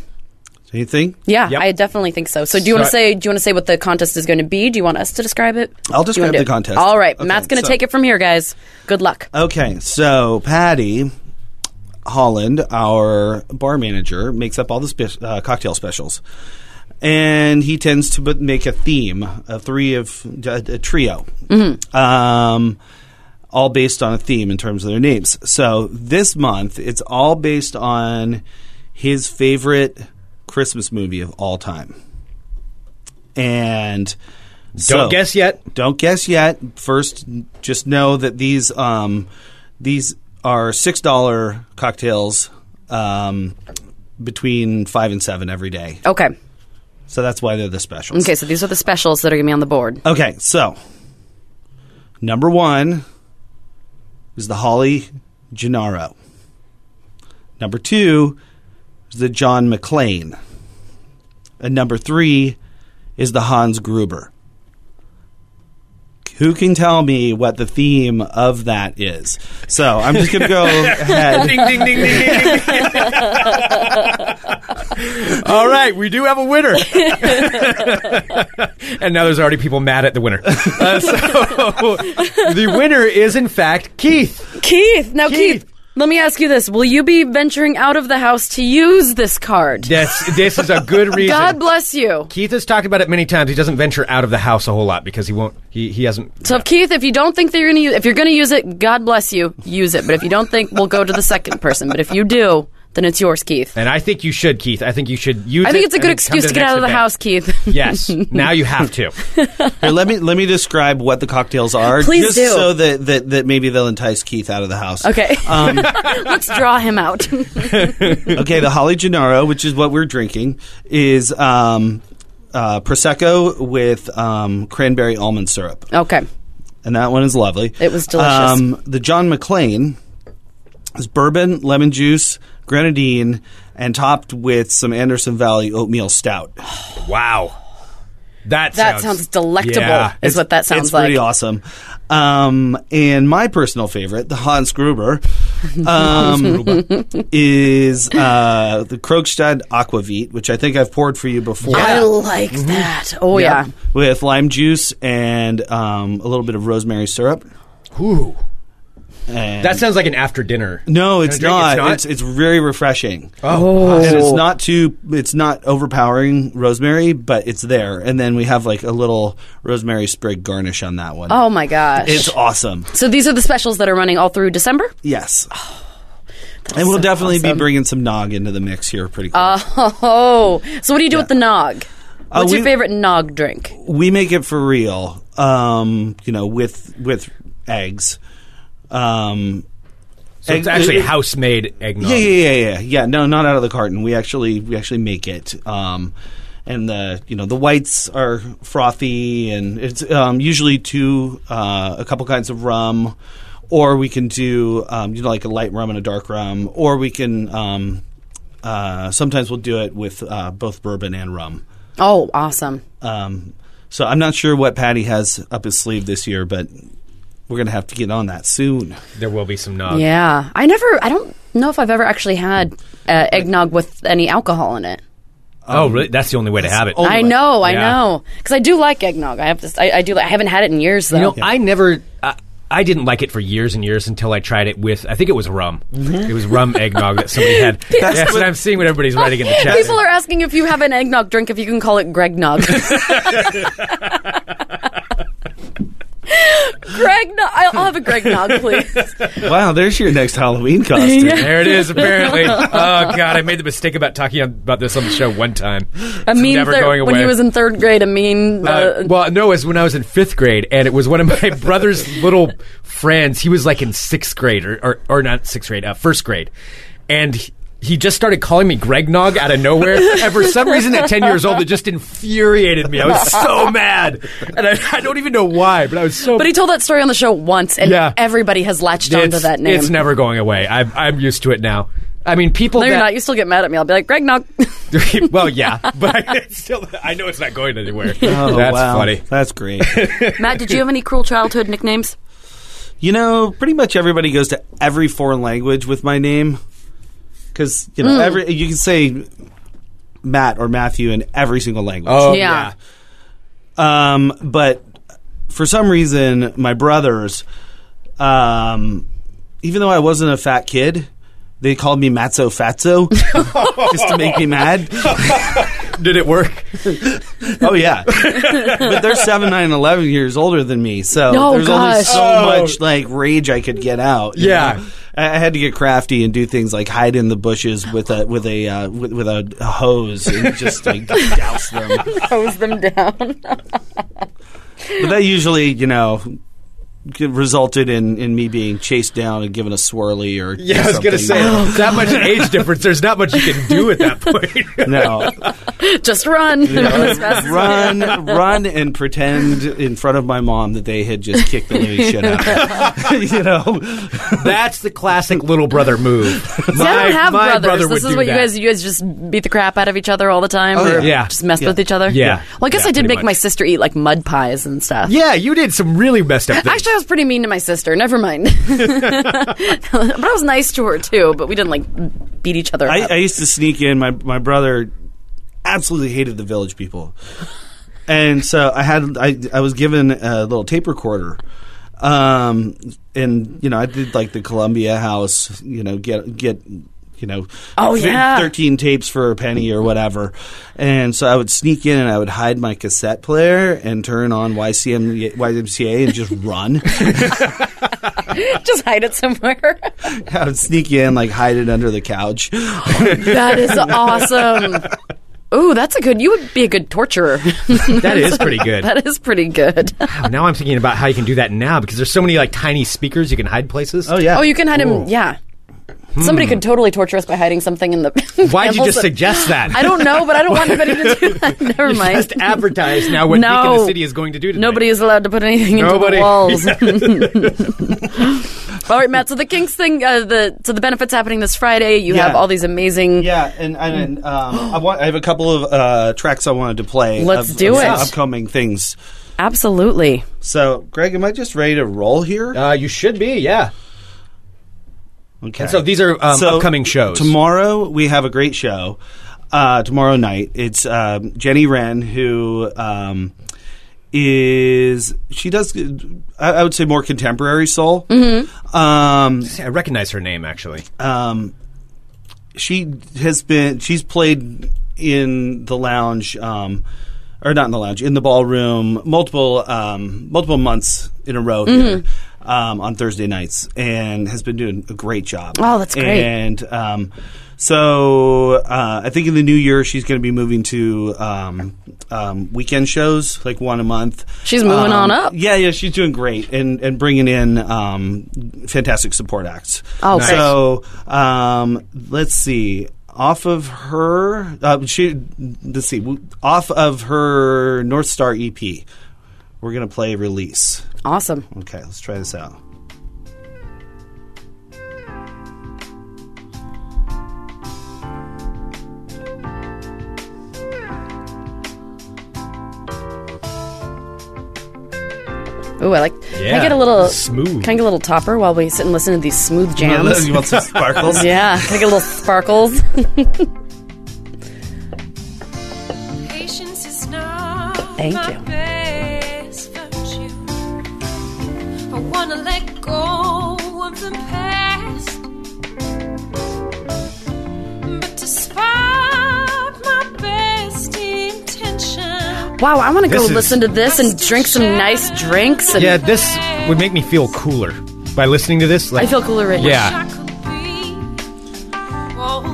Speaker 11: anything
Speaker 7: Yeah,
Speaker 6: Yep.
Speaker 7: I definitely think so. So, do you want
Speaker 6: So-
Speaker 7: to say? Do you want to say what the contest is going to be? Do you want us to describe it?
Speaker 11: I'll
Speaker 7: Do you wanna
Speaker 11: describe
Speaker 7: do
Speaker 11: the
Speaker 7: it?
Speaker 11: contest.
Speaker 7: All right,
Speaker 11: Okay,
Speaker 7: Matt's going to
Speaker 11: so-
Speaker 7: take it from here, guys. Good luck.
Speaker 11: Okay, so Patty Holland, our bar manager, makes up all the spe- uh, cocktail specials, and he tends to but make a theme, a three of a, a trio, um, all based on a theme in terms of their names. So this month, it's all based on his favorite Christmas movie of all time, and
Speaker 6: Don't guess yet.
Speaker 11: don't guess yet. First, just know that these um, these are six dollar cocktails um, between five and seven every day.
Speaker 7: Okay.
Speaker 11: So that's why they're the specials.
Speaker 7: Okay. So these are the specials that are going to be on the board.
Speaker 11: Okay. So number one is the Holly Gennaro. Number two is the John McClane, and number three is the Hans Gruber. Who can tell me what the theme of that is? So I'm just going to
Speaker 7: <laughs>
Speaker 11: go ahead.
Speaker 6: ding, ding, ding, ding, ding, ding. All right, we do have a winner. and now there's already people mad at the winner. Uh, so <laughs> the winner is, in fact, Keith.
Speaker 7: Keith. Now,
Speaker 6: Keith.
Speaker 7: Keith. let me ask you this: Will you be venturing out of the house to use this card?
Speaker 6: That's, this is a good reason.
Speaker 7: God bless you.
Speaker 6: Keith has talked about it many times. He doesn't venture out of the house a whole lot because he won't. He, he hasn't.
Speaker 7: So, Keith, if you don't think that you're going to use, if you're going to use it, God bless you, use it. But if you don't think, we'll go to the second person. But if you do, then it's yours, Keith.
Speaker 6: And I think you should, Keith. I think you should use.
Speaker 7: I think
Speaker 6: it
Speaker 7: it's a
Speaker 6: and
Speaker 7: good
Speaker 6: then
Speaker 7: excuse to,
Speaker 6: come to
Speaker 7: get
Speaker 6: next
Speaker 7: out of the
Speaker 6: event.
Speaker 7: house, Keith. <laughs>
Speaker 6: Yes. Now you have to.
Speaker 11: Here, let me let me describe what the cocktails are,
Speaker 7: Please
Speaker 11: just
Speaker 7: do.
Speaker 11: so that, that that maybe they'll entice Keith out of the house. Um,
Speaker 7: Okay. <laughs> Let's draw him out.
Speaker 11: okay, the Holly Gennaro, which is what we're drinking, is um, uh, prosecco with um, cranberry almond syrup,
Speaker 7: okay.
Speaker 11: and that one is lovely. Um,
Speaker 7: It was delicious.
Speaker 11: the John McClane is bourbon, lemon juice, grenadine, and topped with some Anderson Valley oatmeal stout.
Speaker 6: Wow. That
Speaker 7: That
Speaker 6: sounds,
Speaker 7: sounds delectable,
Speaker 6: Yeah.
Speaker 7: is what that sounds
Speaker 11: it's
Speaker 7: like.
Speaker 11: pretty awesome. Um, and my personal favorite, the
Speaker 7: <laughs>
Speaker 11: Hans Gruber, um, is uh, the Krogstad Aquavit, which I think I've poured for you before.
Speaker 7: I like that. Oh, yeah.
Speaker 11: With lime juice and um, a little bit of rosemary syrup.
Speaker 6: Ooh.
Speaker 11: And
Speaker 6: That sounds like an after dinner.
Speaker 11: no, it's
Speaker 6: Can I
Speaker 11: not.
Speaker 6: drink?
Speaker 11: It's,
Speaker 6: It's
Speaker 11: it's very refreshing.
Speaker 6: Oh.
Speaker 11: And it's not too. It's not overpowering rosemary, but it's there. And then we have like a little rosemary sprig garnish on that one.
Speaker 7: Oh, my gosh.
Speaker 11: It's awesome.
Speaker 7: so these are the specials that are running all through December? <laughs> <sighs>
Speaker 11: Yes. and we'll
Speaker 7: so
Speaker 11: definitely
Speaker 7: awesome.
Speaker 11: be bringing some nog into the mix here pretty quick.
Speaker 7: Oh. So what do you do with the nog? What's your
Speaker 11: Uh, we-
Speaker 7: favorite nog drink?
Speaker 11: we make it for real, um, you know, with with eggs. Um,
Speaker 6: So it's
Speaker 11: egg-
Speaker 6: actually
Speaker 11: it-
Speaker 6: house made eggnog.
Speaker 11: Yeah, yeah, yeah, yeah, yeah. No, not out of the carton. We actually we actually make it. Um, and the you know the whites are frothy, and it's um, usually two uh, a couple kinds of rum, or we can do um, you know like a light rum and a dark rum, or we can um, uh, sometimes we'll do it with uh, both bourbon and rum.
Speaker 7: Oh, awesome.
Speaker 11: Um, so I'm not sure what Patty has up his sleeve this year, but we're gonna have to get on that soon.
Speaker 6: There will be some nog.
Speaker 7: Yeah, I never. I don't know if I've ever actually had uh, eggnog with any alcohol in it.
Speaker 6: oh, really? That's the only way to have it.
Speaker 7: I know, I
Speaker 6: Yeah.
Speaker 7: know, because I do like eggnog. I have this. I, I do. Like, I haven't had it in years though.
Speaker 6: You know, I never. I, I didn't like it for years and years until I tried it with. I think it was rum. It was rum eggnog that somebody had. That's, what I'm seeing. What everybody's writing in the chat.
Speaker 7: People are asking if you have an eggnog drink, if you can call it <laughs> Gregnog. Gregnog. I'll I'll have a Gregnog,
Speaker 6: <laughs>
Speaker 7: please.
Speaker 11: wow, there's your next Halloween costume. <laughs>
Speaker 6: There it is. Apparently. oh God, I made the mistake about talking on- about this on the show one time.
Speaker 7: A
Speaker 6: It's
Speaker 7: mean
Speaker 6: never
Speaker 7: thir-
Speaker 6: going away.
Speaker 7: when he was in third grade. A mean. Uh,
Speaker 6: Uh, well, no, it was when I was in fifth grade, and it was one of
Speaker 7: <laughs>
Speaker 6: my brother's little friends. He was like in sixth grade, or or, or not sixth grade, uh, first grade, and. he- He just started calling me Greg Nog out of nowhere. And for some reason, at 10 years old, it just infuriated me. I was
Speaker 7: <laughs>
Speaker 6: so mad. And I, I don't even know why, but I was so
Speaker 7: but he told that story on the show once, and
Speaker 6: Yeah.
Speaker 7: everybody has latched onto
Speaker 6: it's,
Speaker 7: that name.
Speaker 6: It's never going away. I'm, I'm used to it now. I mean, people
Speaker 7: no, you're not.
Speaker 6: that.
Speaker 7: You still get mad at me. I'll be like Gregnog. <laughs>
Speaker 6: <laughs> well, yeah, but <laughs> it's still, I know it's not
Speaker 7: <laughs>
Speaker 6: going anywhere.
Speaker 11: Oh,
Speaker 6: That's
Speaker 11: wow.
Speaker 6: funny.
Speaker 11: That's great.
Speaker 7: Matt, did you have any cruel childhood nicknames?
Speaker 11: You know, pretty much everybody goes to every foreign language with my name because you know every you can say Matt or Matthew in every single language.
Speaker 6: Oh,
Speaker 7: yeah.
Speaker 11: Um, but for some reason, my brothers, um, even though I wasn't a fat kid, they called me Matzo Fatso <laughs> just to make me mad.
Speaker 6: Did it work?
Speaker 11: Oh yeah, <laughs> but they're seven, nine, and eleven years older than me, so
Speaker 7: Oh,
Speaker 11: there's only
Speaker 7: gosh.
Speaker 11: so
Speaker 6: Oh.
Speaker 11: much like rage I could get out. you
Speaker 6: Yeah.
Speaker 11: know? I, I had to get crafty and do things like hide in the bushes with a with a uh, with, with a hose and just like <laughs> douse them. But
Speaker 7: <laughs> Hose them down.
Speaker 11: that usually, you know. Resulted in, in me being chased down and given a swirly or
Speaker 6: Yeah, I was
Speaker 11: something.
Speaker 6: gonna say that much age difference. There's not much you can do at that
Speaker 7: <laughs>
Speaker 6: point.
Speaker 11: <laughs> no
Speaker 7: <laughs> Just run. <laughs> Run as fast as-
Speaker 11: run run and pretend in front of my mom that they had just kicked the living shit out of me. <laughs> you know
Speaker 6: That's the classic little brother
Speaker 7: <laughs>
Speaker 6: move.
Speaker 7: See, I
Speaker 6: My-
Speaker 7: don't have
Speaker 6: my
Speaker 7: brothers.
Speaker 6: brother
Speaker 7: this
Speaker 6: would
Speaker 7: is
Speaker 6: do
Speaker 7: what you
Speaker 6: that.
Speaker 7: guys you guys just beat the crap out of each other all the time
Speaker 11: Oh,
Speaker 7: or
Speaker 11: yeah.
Speaker 7: just mess
Speaker 11: Yeah.
Speaker 7: with each other.
Speaker 6: Yeah.
Speaker 7: Well, I guess
Speaker 6: Yeah,
Speaker 7: I did
Speaker 6: pretty
Speaker 7: make
Speaker 6: much.
Speaker 7: my sister eat like mud pies and stuff.
Speaker 6: Yeah, you did some really messed up.
Speaker 7: <laughs>
Speaker 6: Things.
Speaker 7: Actually, I was pretty mean to my sister. Never mind. <laughs> but I was nice to her too. But we didn't like beat each other
Speaker 11: I,
Speaker 7: up.
Speaker 11: I used to sneak in. My my brother absolutely hated the village people, and so I had I I was given a little tape recorder. Um, and you know, I did like the Columbia House. You know, get get you know,
Speaker 7: Oh, yeah.
Speaker 11: thirteen tapes for a penny or whatever. And so I would sneak in and I would hide my cassette player and turn on YCM YMCA and just run. <laughs>
Speaker 7: <laughs> just hide it
Speaker 6: <laughs>
Speaker 7: somewhere.
Speaker 11: I would sneak in like hide it under the couch.
Speaker 7: that is awesome. Ooh, that's a good. You would be a good torturer. <laughs>
Speaker 6: that is pretty good.
Speaker 7: that is pretty good.
Speaker 6: Wow, now I'm thinking about how you can do that now because there's so many like tiny speakers you can hide places.
Speaker 11: Oh yeah.
Speaker 7: Oh, you can hide
Speaker 6: Ooh. Hmm.
Speaker 7: him. Yeah. Somebody could totally torture us by hiding something in the. <laughs>
Speaker 6: Why'd you
Speaker 7: panels
Speaker 6: just
Speaker 7: that-
Speaker 6: suggest
Speaker 7: <gasps>
Speaker 6: that?
Speaker 7: I
Speaker 6: <laughs>
Speaker 7: don't know, but I don't want anybody to do that. Never mind.
Speaker 6: Just advertise now what
Speaker 7: No.
Speaker 6: Beacon the City is going to do tonight.
Speaker 7: Nobody is allowed to put anything
Speaker 6: Nobody.
Speaker 7: into the walls. <laughs> all right, Matt. So the Kings thing, uh, the so the benefits happening this Friday. You
Speaker 11: Yeah.
Speaker 7: have all these amazing.
Speaker 11: Yeah, and and,
Speaker 7: Mm.
Speaker 11: and um,
Speaker 7: <gasps>
Speaker 11: I want I have a couple of uh, tracks I wanted to play.
Speaker 7: Let's
Speaker 11: of,
Speaker 7: do
Speaker 11: of some
Speaker 7: it.
Speaker 11: Upcoming things.
Speaker 7: Absolutely.
Speaker 11: So, Greg, am I just ready to roll here?
Speaker 6: Uh, you should be, yeah.
Speaker 11: Okay.
Speaker 6: So these are um,
Speaker 11: So
Speaker 6: upcoming shows.
Speaker 11: Tomorrow we have a great show. Uh, tomorrow night it's um, Jenny Wren who um, is she does I, I would say more contemporary soul. Mm-hmm. Um,
Speaker 6: I recognize her name actually.
Speaker 11: um, she has been she's played in the lounge um, or not in the lounge in the ballroom multiple um, multiple months in a row
Speaker 7: Mm-hmm.
Speaker 11: here um, on Thursday nights and has been doing a great job.
Speaker 7: Oh, that's great.
Speaker 11: And um, so uh, I think in the new year she's going to be moving to um, um, weekend shows like one a month.
Speaker 7: She's moving on
Speaker 11: Um,
Speaker 7: up.
Speaker 11: Yeah, yeah, she's doing great and and bringing in um, fantastic support acts.
Speaker 7: Oh, Nice. great.
Speaker 11: so um, let's see. off of her. Uh, she let's see, w- off of her North Star EP. We're gonna play release.
Speaker 7: Awesome.
Speaker 11: Okay, let's try this out.
Speaker 7: Ooh, I like. Can I
Speaker 11: Yeah.
Speaker 7: get a little
Speaker 11: Smooth.
Speaker 7: Can I get a little topper while we sit and listen to these smooth jams?
Speaker 11: <laughs> You want some <laughs> sparkles?
Speaker 7: <laughs> yeah, can I get a little sparkles? <laughs>
Speaker 12: Patience is not
Speaker 7: Thank
Speaker 12: my
Speaker 7: you.
Speaker 12: best virtue. I wanna let go of the past, but despite my best intention,
Speaker 7: wow, I want to go
Speaker 6: This is-
Speaker 7: listen to this and drink some nice drinks. And
Speaker 6: yeah, this would make me feel cooler by listening to this.
Speaker 7: I feel cooler right now.
Speaker 6: Yeah.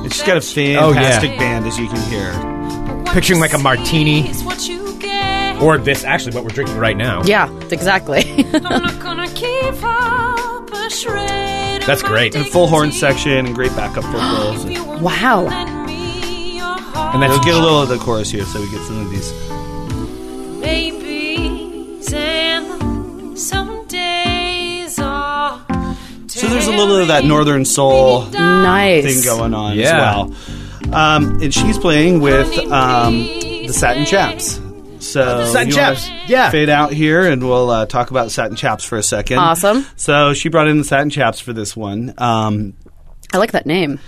Speaker 11: It's just got a
Speaker 6: Oh, yeah.
Speaker 11: fantastic band, as you can hear.
Speaker 6: Picturing like a martini,
Speaker 12: it's what you get.
Speaker 6: or this actually what we're drinking right now.
Speaker 7: Yeah,
Speaker 12: <laughs>
Speaker 7: exactly.
Speaker 12: I'm not gonna give up a shred. of
Speaker 6: That's great.
Speaker 11: And full horn section and great backup vocals. and
Speaker 7: wow.
Speaker 11: then we'll get a little of the chorus here, so we get some of these.
Speaker 12: Babies and some days are
Speaker 11: So there's a little of that northern soul
Speaker 7: nice
Speaker 11: thing going on
Speaker 6: Yeah.
Speaker 11: as well. Um, and she's playing with um, the Satin Chaps. So
Speaker 6: Satin
Speaker 11: you wanna
Speaker 6: Chaps, yeah.
Speaker 11: fade out here, and we'll uh, talk about Satin Chaps for a second.
Speaker 7: Awesome.
Speaker 11: So she brought in the Satin Chaps for this one, um,
Speaker 7: I like that name.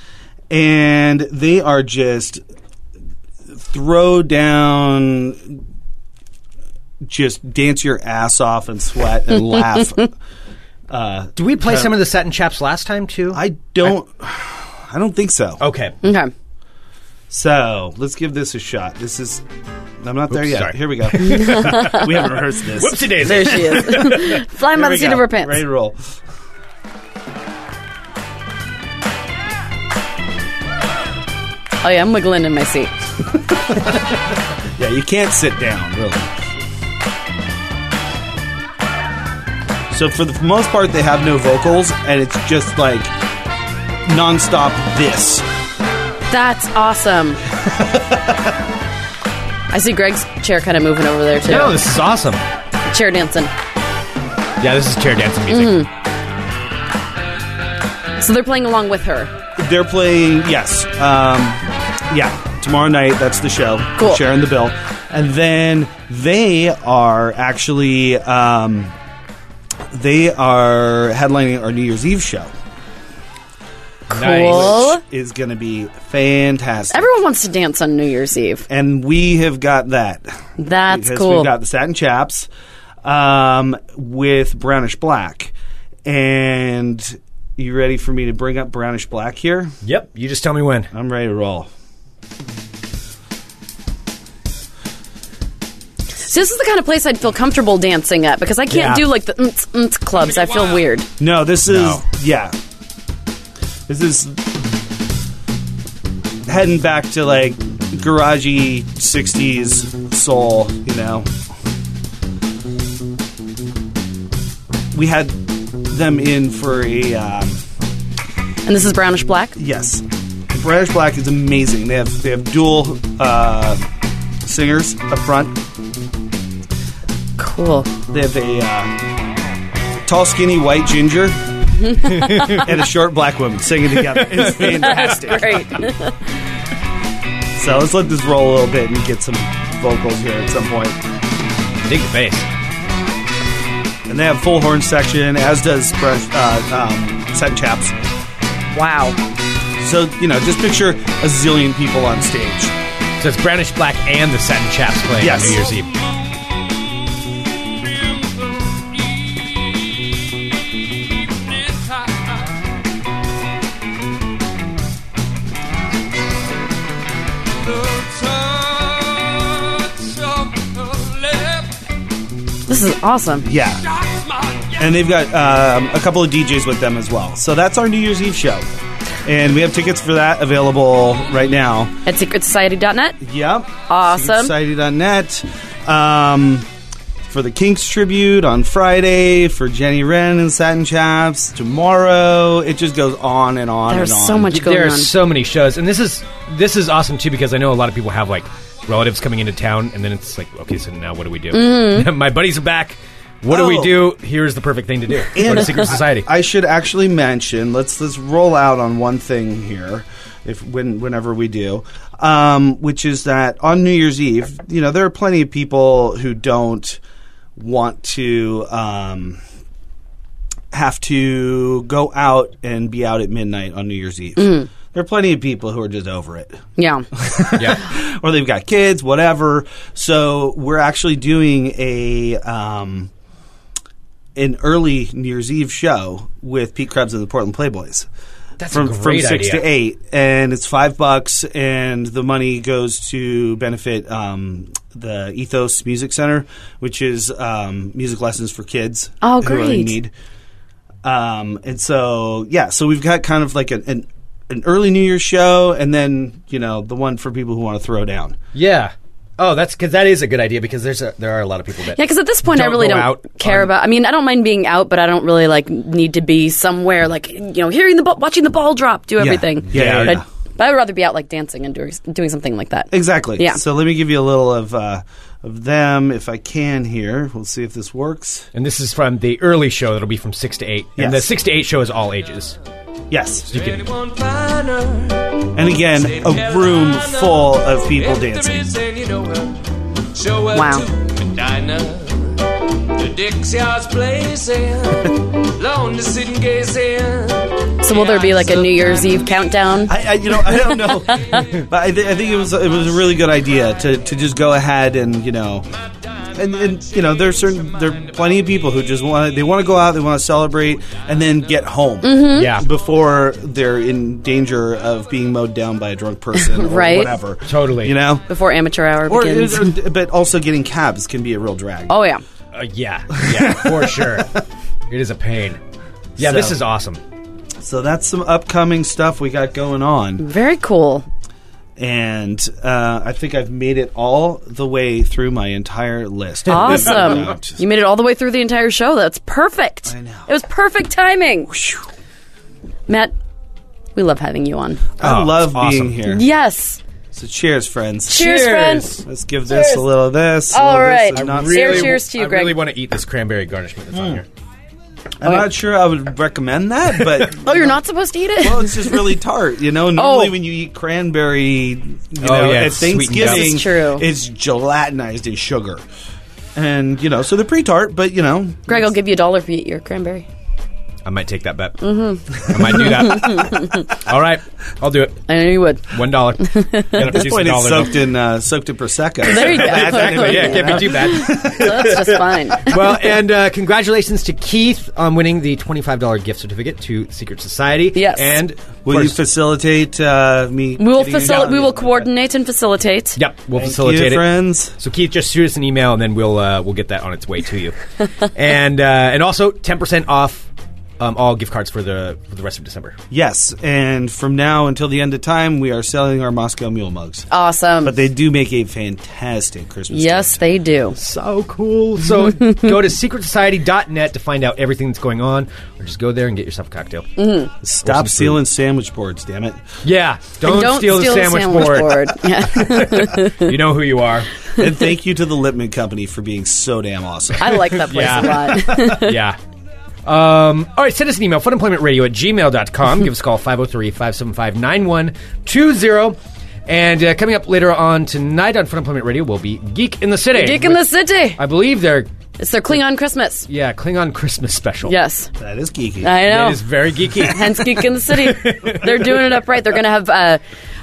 Speaker 11: and they are just throw down, just dance your ass off and sweat and
Speaker 6: <laughs>
Speaker 11: laugh. Uh,
Speaker 6: Did we play some of the satin chaps last time too?
Speaker 11: I don't. I don't think so.
Speaker 6: <laughs> Okay.
Speaker 7: Okay.
Speaker 11: So let's give this a shot. This is. I'm not there
Speaker 6: Oops,
Speaker 11: yet.
Speaker 6: sorry.
Speaker 11: Here we
Speaker 6: <laughs>
Speaker 11: go. we haven't rehearsed this.
Speaker 6: Whoopsie daisy.
Speaker 7: There
Speaker 6: <laughs>
Speaker 7: she is. Flying by the
Speaker 11: Here we
Speaker 7: seat
Speaker 11: go.
Speaker 7: of her pants.
Speaker 11: Ready to roll.
Speaker 7: Oh, yeah, I'm wiggling in my seat.
Speaker 11: Yeah, you can't sit down, really. So for the most part, they have no vocals, and it's just like nonstop this.
Speaker 7: That's
Speaker 11: <laughs>
Speaker 7: awesome. I see Greg's chair kind of moving over there, too.
Speaker 6: No, this is awesome.
Speaker 7: Chair dancing.
Speaker 6: Yeah, this is chair dancing music.
Speaker 7: So they're playing along with her.
Speaker 11: They're playing, yes. Um, yeah, tomorrow night, that's the show.
Speaker 7: Cool.
Speaker 11: Sharing the bill. And then they are actually, um, they are headlining our New Year's Eve show.
Speaker 7: Cool.
Speaker 11: Which is going to be fantastic.
Speaker 7: Everyone wants to dance on New Year's Eve.
Speaker 11: and we have got that.
Speaker 7: That's
Speaker 11: because
Speaker 7: cool.
Speaker 11: We've got the satin chaps um, with brownish black. And you ready for me to bring up brownish black here?
Speaker 6: Yep. You just tell me when.
Speaker 11: I'm ready to roll.
Speaker 7: So this is the kind of place I'd feel comfortable dancing at because I can't
Speaker 11: Yeah.
Speaker 7: do like the mm mm clubs. I feel weird.
Speaker 11: No, this is
Speaker 6: No.
Speaker 11: yeah. This is heading back to like garagey '60s soul. You know, we had them in for a um,
Speaker 7: And this is brownish black.
Speaker 11: yes. British Black is amazing. They have they have dual uh, singers up front.
Speaker 7: Cool.
Speaker 11: They have a uh, tall, skinny, white ginger and a short black woman singing together. It's fantastic.
Speaker 7: Great.
Speaker 11: So let's let this roll a little bit and get some vocals here at some point.
Speaker 6: Dig the bass.
Speaker 11: And they have full horn section, as does Fresh- uh, um, Set Chaps.
Speaker 7: wow.
Speaker 11: So you know, just picture a zillion people on stage.
Speaker 6: So it's brownish black and the satin chaps playing
Speaker 11: Yes.
Speaker 6: on New Year's Eve.
Speaker 7: This is awesome.
Speaker 11: Yeah, and they've got um, a couple of DJs with them as well. So that's our New Year's Eve show, and we have tickets for that available right now.
Speaker 7: At secretsociety.net.
Speaker 11: Yep.
Speaker 7: Awesome.
Speaker 11: Society.net. Um, for the Kinks tribute on Friday, for Jenny Wren and Satin Chaps tomorrow. It just goes on and on. and on.
Speaker 6: There are so many shows, and this is this is awesome too because I know a lot of people have like relatives coming into town, and then it's like, okay, so now what do we do? <laughs>
Speaker 11: Mhm.
Speaker 6: My buddies are back. What do we
Speaker 11: Oh.
Speaker 6: do? Here's the perfect thing to do. Go
Speaker 11: And
Speaker 6: to <laughs> Secret Society.
Speaker 11: I should actually mention. Let's let's roll out on one thing here, if when whenever we do, um, which is that on New Year's Eve, you know, there are plenty of people who don't want to. Um, have to go out and be out at midnight on New Year's Eve.
Speaker 7: Mm.
Speaker 11: There are plenty of people who are just over it
Speaker 7: Yeah.
Speaker 11: or they've got kids, whatever. So we're actually doing a um, an early New Year's Eve show with Pete Krebs and the Portland Playboys.
Speaker 6: That's a
Speaker 11: from from
Speaker 6: great
Speaker 11: six
Speaker 6: idea.
Speaker 11: to eight, and it's five bucks, and the money goes to benefit um, the Ethos Music Center, which is um, music lessons for kids.
Speaker 7: Oh,
Speaker 11: who really
Speaker 7: great.
Speaker 11: need. Um, and so yeah, so we've got kind of like an, an an early New Year's show, and then you know the one for people who want to throw down.
Speaker 6: Yeah. Oh, that's because that is a good idea because there's a, there are a lot of people that
Speaker 7: Yeah, because at this point, I
Speaker 6: Don't
Speaker 7: really
Speaker 6: go
Speaker 7: don't
Speaker 6: out
Speaker 7: care about. I mean, I don't mind being out, but I don't really like need to be somewhere like you know, hearing the ball, watching the ball drop, do
Speaker 11: Yeah.
Speaker 7: everything.
Speaker 11: Yeah,
Speaker 7: But,
Speaker 11: yeah.
Speaker 7: but I would rather be out like dancing and doing doing something like that.
Speaker 11: Exactly.
Speaker 7: Yeah.
Speaker 11: So let me give you a little of uh, of them if I can here. We'll see if this works.
Speaker 6: And this is from the early show that'll be from six to eight, and the six to eight show is all ages.
Speaker 11: Yes,
Speaker 6: you can.
Speaker 11: And again, a room full of people dancing.
Speaker 12: Wow. The Dixie House blazing,
Speaker 11: <laughs>
Speaker 12: lonely sitting gazing.
Speaker 7: So will there be like a New Year's Eve countdown?
Speaker 11: I, I you know I
Speaker 6: <laughs>
Speaker 11: don't know, but I, th- I think it was it was a really good idea to, to just go ahead and you know, and, and you know there's certain there are plenty of people who just want they want to go out they want to celebrate and then get home
Speaker 6: Mm-hmm.
Speaker 7: Mhm. Yeah.
Speaker 11: before they're in danger of being mowed down by a drunk person
Speaker 6: <laughs>
Speaker 11: or
Speaker 7: Right.
Speaker 11: whatever
Speaker 6: totally
Speaker 11: you know
Speaker 7: before amateur hour
Speaker 11: or
Speaker 7: begins.
Speaker 11: but also getting cabs can be a real drag
Speaker 7: oh yeah.
Speaker 6: Uh, yeah,
Speaker 7: <laughs>
Speaker 6: yeah, for sure. It is a pain. Yeah, this
Speaker 11: So-
Speaker 6: is awesome.
Speaker 11: So that's some upcoming stuff we got going on.
Speaker 7: Very cool.
Speaker 11: And uh, I think I've made it all the way through my entire
Speaker 7: <laughs>
Speaker 11: list. <laughs>
Speaker 7: Awesome. you made it all the way through the entire show. That's perfect. I know. It was perfect timing. Matt, we love having you on.
Speaker 11: I
Speaker 6: Oh,
Speaker 11: love
Speaker 6: it's
Speaker 11: being
Speaker 6: awesome.
Speaker 11: here.
Speaker 7: Yes.
Speaker 11: So cheers, friends.
Speaker 7: Cheers, Cheers. friends.
Speaker 11: Let's give this
Speaker 7: Cheers.
Speaker 11: a little of this. a
Speaker 7: All
Speaker 11: little of this,
Speaker 7: right.
Speaker 11: and
Speaker 7: I
Speaker 11: not-
Speaker 7: really- Cheers to you,
Speaker 6: I
Speaker 7: Greg. Mm.
Speaker 6: really want to eat this cranberry garnishment that's on here.
Speaker 11: I'm not sure I would
Speaker 7: <laughs>
Speaker 11: recommend that, but
Speaker 7: Oh, you're not supposed to eat it?
Speaker 11: well, it's just really tart. You know, normally
Speaker 7: Oh.
Speaker 11: when you eat cranberry, you
Speaker 6: Oh,
Speaker 11: know,
Speaker 6: yeah,
Speaker 11: at
Speaker 6: it's sweetened up.
Speaker 11: Thanksgiving,
Speaker 6: This is true.
Speaker 11: it's gelatinized in sugar. And, you know, so they're pretty tart, but, you know,
Speaker 7: Greg, I'll give you a dollar if you eat your cranberry.
Speaker 6: I might take that bet.
Speaker 7: Mm-hmm.
Speaker 6: I might do that.
Speaker 7: <laughs>
Speaker 6: All right, I'll do it.
Speaker 7: I know you would. <laughs>
Speaker 6: One dollar.
Speaker 11: At this point, it's soaked in uh, soaked in prosecco.
Speaker 6: There
Speaker 11: <laughs>
Speaker 6: you go.
Speaker 11: Exactly,
Speaker 6: Yeah, it can't be too bad.
Speaker 7: That's just fine.
Speaker 6: well, and uh, congratulations to Keith on winning the twenty-five dollar gift certificate to Secret Society. Yes, and of
Speaker 11: Will you
Speaker 6: course,
Speaker 11: facilitate uh, me?
Speaker 7: We will
Speaker 11: getting it
Speaker 7: facilitate.
Speaker 11: down?
Speaker 7: We will coordinate and facilitate.
Speaker 6: Yep, we'll
Speaker 11: Thank
Speaker 6: facilitate
Speaker 11: you,
Speaker 6: it,
Speaker 11: friends.
Speaker 6: So Keith, just shoot us an email, and then we'll uh, we'll get that on its way
Speaker 7: <laughs>
Speaker 6: to you. and uh, and also ten percent off um, all gift cards for the for the rest of December.
Speaker 11: Yes, and from now until the end of time, we are selling our Moscow Mule mugs.
Speaker 7: Awesome.
Speaker 11: But they do make a fantastic Christmas.
Speaker 7: Yes, they do.
Speaker 6: So cool. So <laughs> go to secretsociety.net to find out everything that's going on, or just go there and get yourself a cocktail.
Speaker 7: Mhm.
Speaker 6: Or some
Speaker 11: Stop
Speaker 6: food.
Speaker 11: stealing sandwich boards, damn it!
Speaker 6: Yeah, don't,
Speaker 7: And don't
Speaker 6: steal,
Speaker 7: steal
Speaker 6: the
Speaker 7: the
Speaker 6: sandwich,
Speaker 7: sandwich
Speaker 6: board.
Speaker 7: board. <laughs> Yeah.
Speaker 6: you know who you are.
Speaker 11: and thank you to the Lipman Company for being so damn awesome.
Speaker 7: I like that place a lot.
Speaker 6: <laughs> yeah. Um, all right, send us an email, funemploymentradio at gmail.com. Give us a call, 503-575-9120. And uh, coming up later on tonight on Fun Employment Radio will be Geek in the City.
Speaker 7: Geek in the City.
Speaker 6: I believe they're,
Speaker 7: It's their Klingon Christmas.
Speaker 6: yeah, Klingon Christmas special.
Speaker 7: Yes.
Speaker 11: That is geeky.
Speaker 7: I know.
Speaker 6: It is very geeky.
Speaker 7: <laughs> Hence,
Speaker 6: <laughs>
Speaker 7: Geek in the City. They're doing it up right. They're going to have, uh,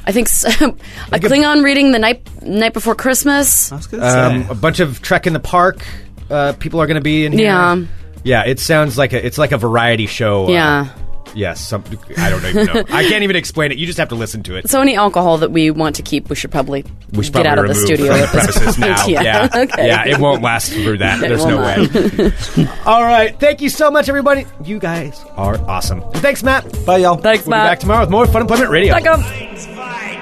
Speaker 7: I think, s- <laughs> a Klingon reading the night night before Christmas.
Speaker 6: Um, a bunch of Trek in the Park uh, people are going to be in here.
Speaker 7: Yeah.
Speaker 6: Yeah, it sounds like a, it's like a variety show. uh,
Speaker 7: Yeah.
Speaker 6: yeah, some, I don't even know. I can't even explain it. You just have to listen to it.
Speaker 7: So any alcohol that we want to keep, we should probably
Speaker 6: We should
Speaker 7: get
Speaker 6: probably
Speaker 7: out of the
Speaker 6: remove
Speaker 7: studio
Speaker 6: from
Speaker 7: at this point.
Speaker 6: premises
Speaker 7: <laughs>
Speaker 6: now.
Speaker 7: Yeah,
Speaker 6: Yeah.
Speaker 7: okay.
Speaker 6: Yeah, it won't last through that.
Speaker 7: It
Speaker 6: There's
Speaker 7: will
Speaker 6: no way.
Speaker 7: <laughs>
Speaker 6: All right. Thank you so much, everybody. You guys are awesome. And thanks, Matt.
Speaker 11: Bye, y'all.
Speaker 6: Thanks, we'll
Speaker 7: Matt.
Speaker 6: Be back tomorrow with more Fun Employment Radio.
Speaker 7: Back up.
Speaker 12: Thank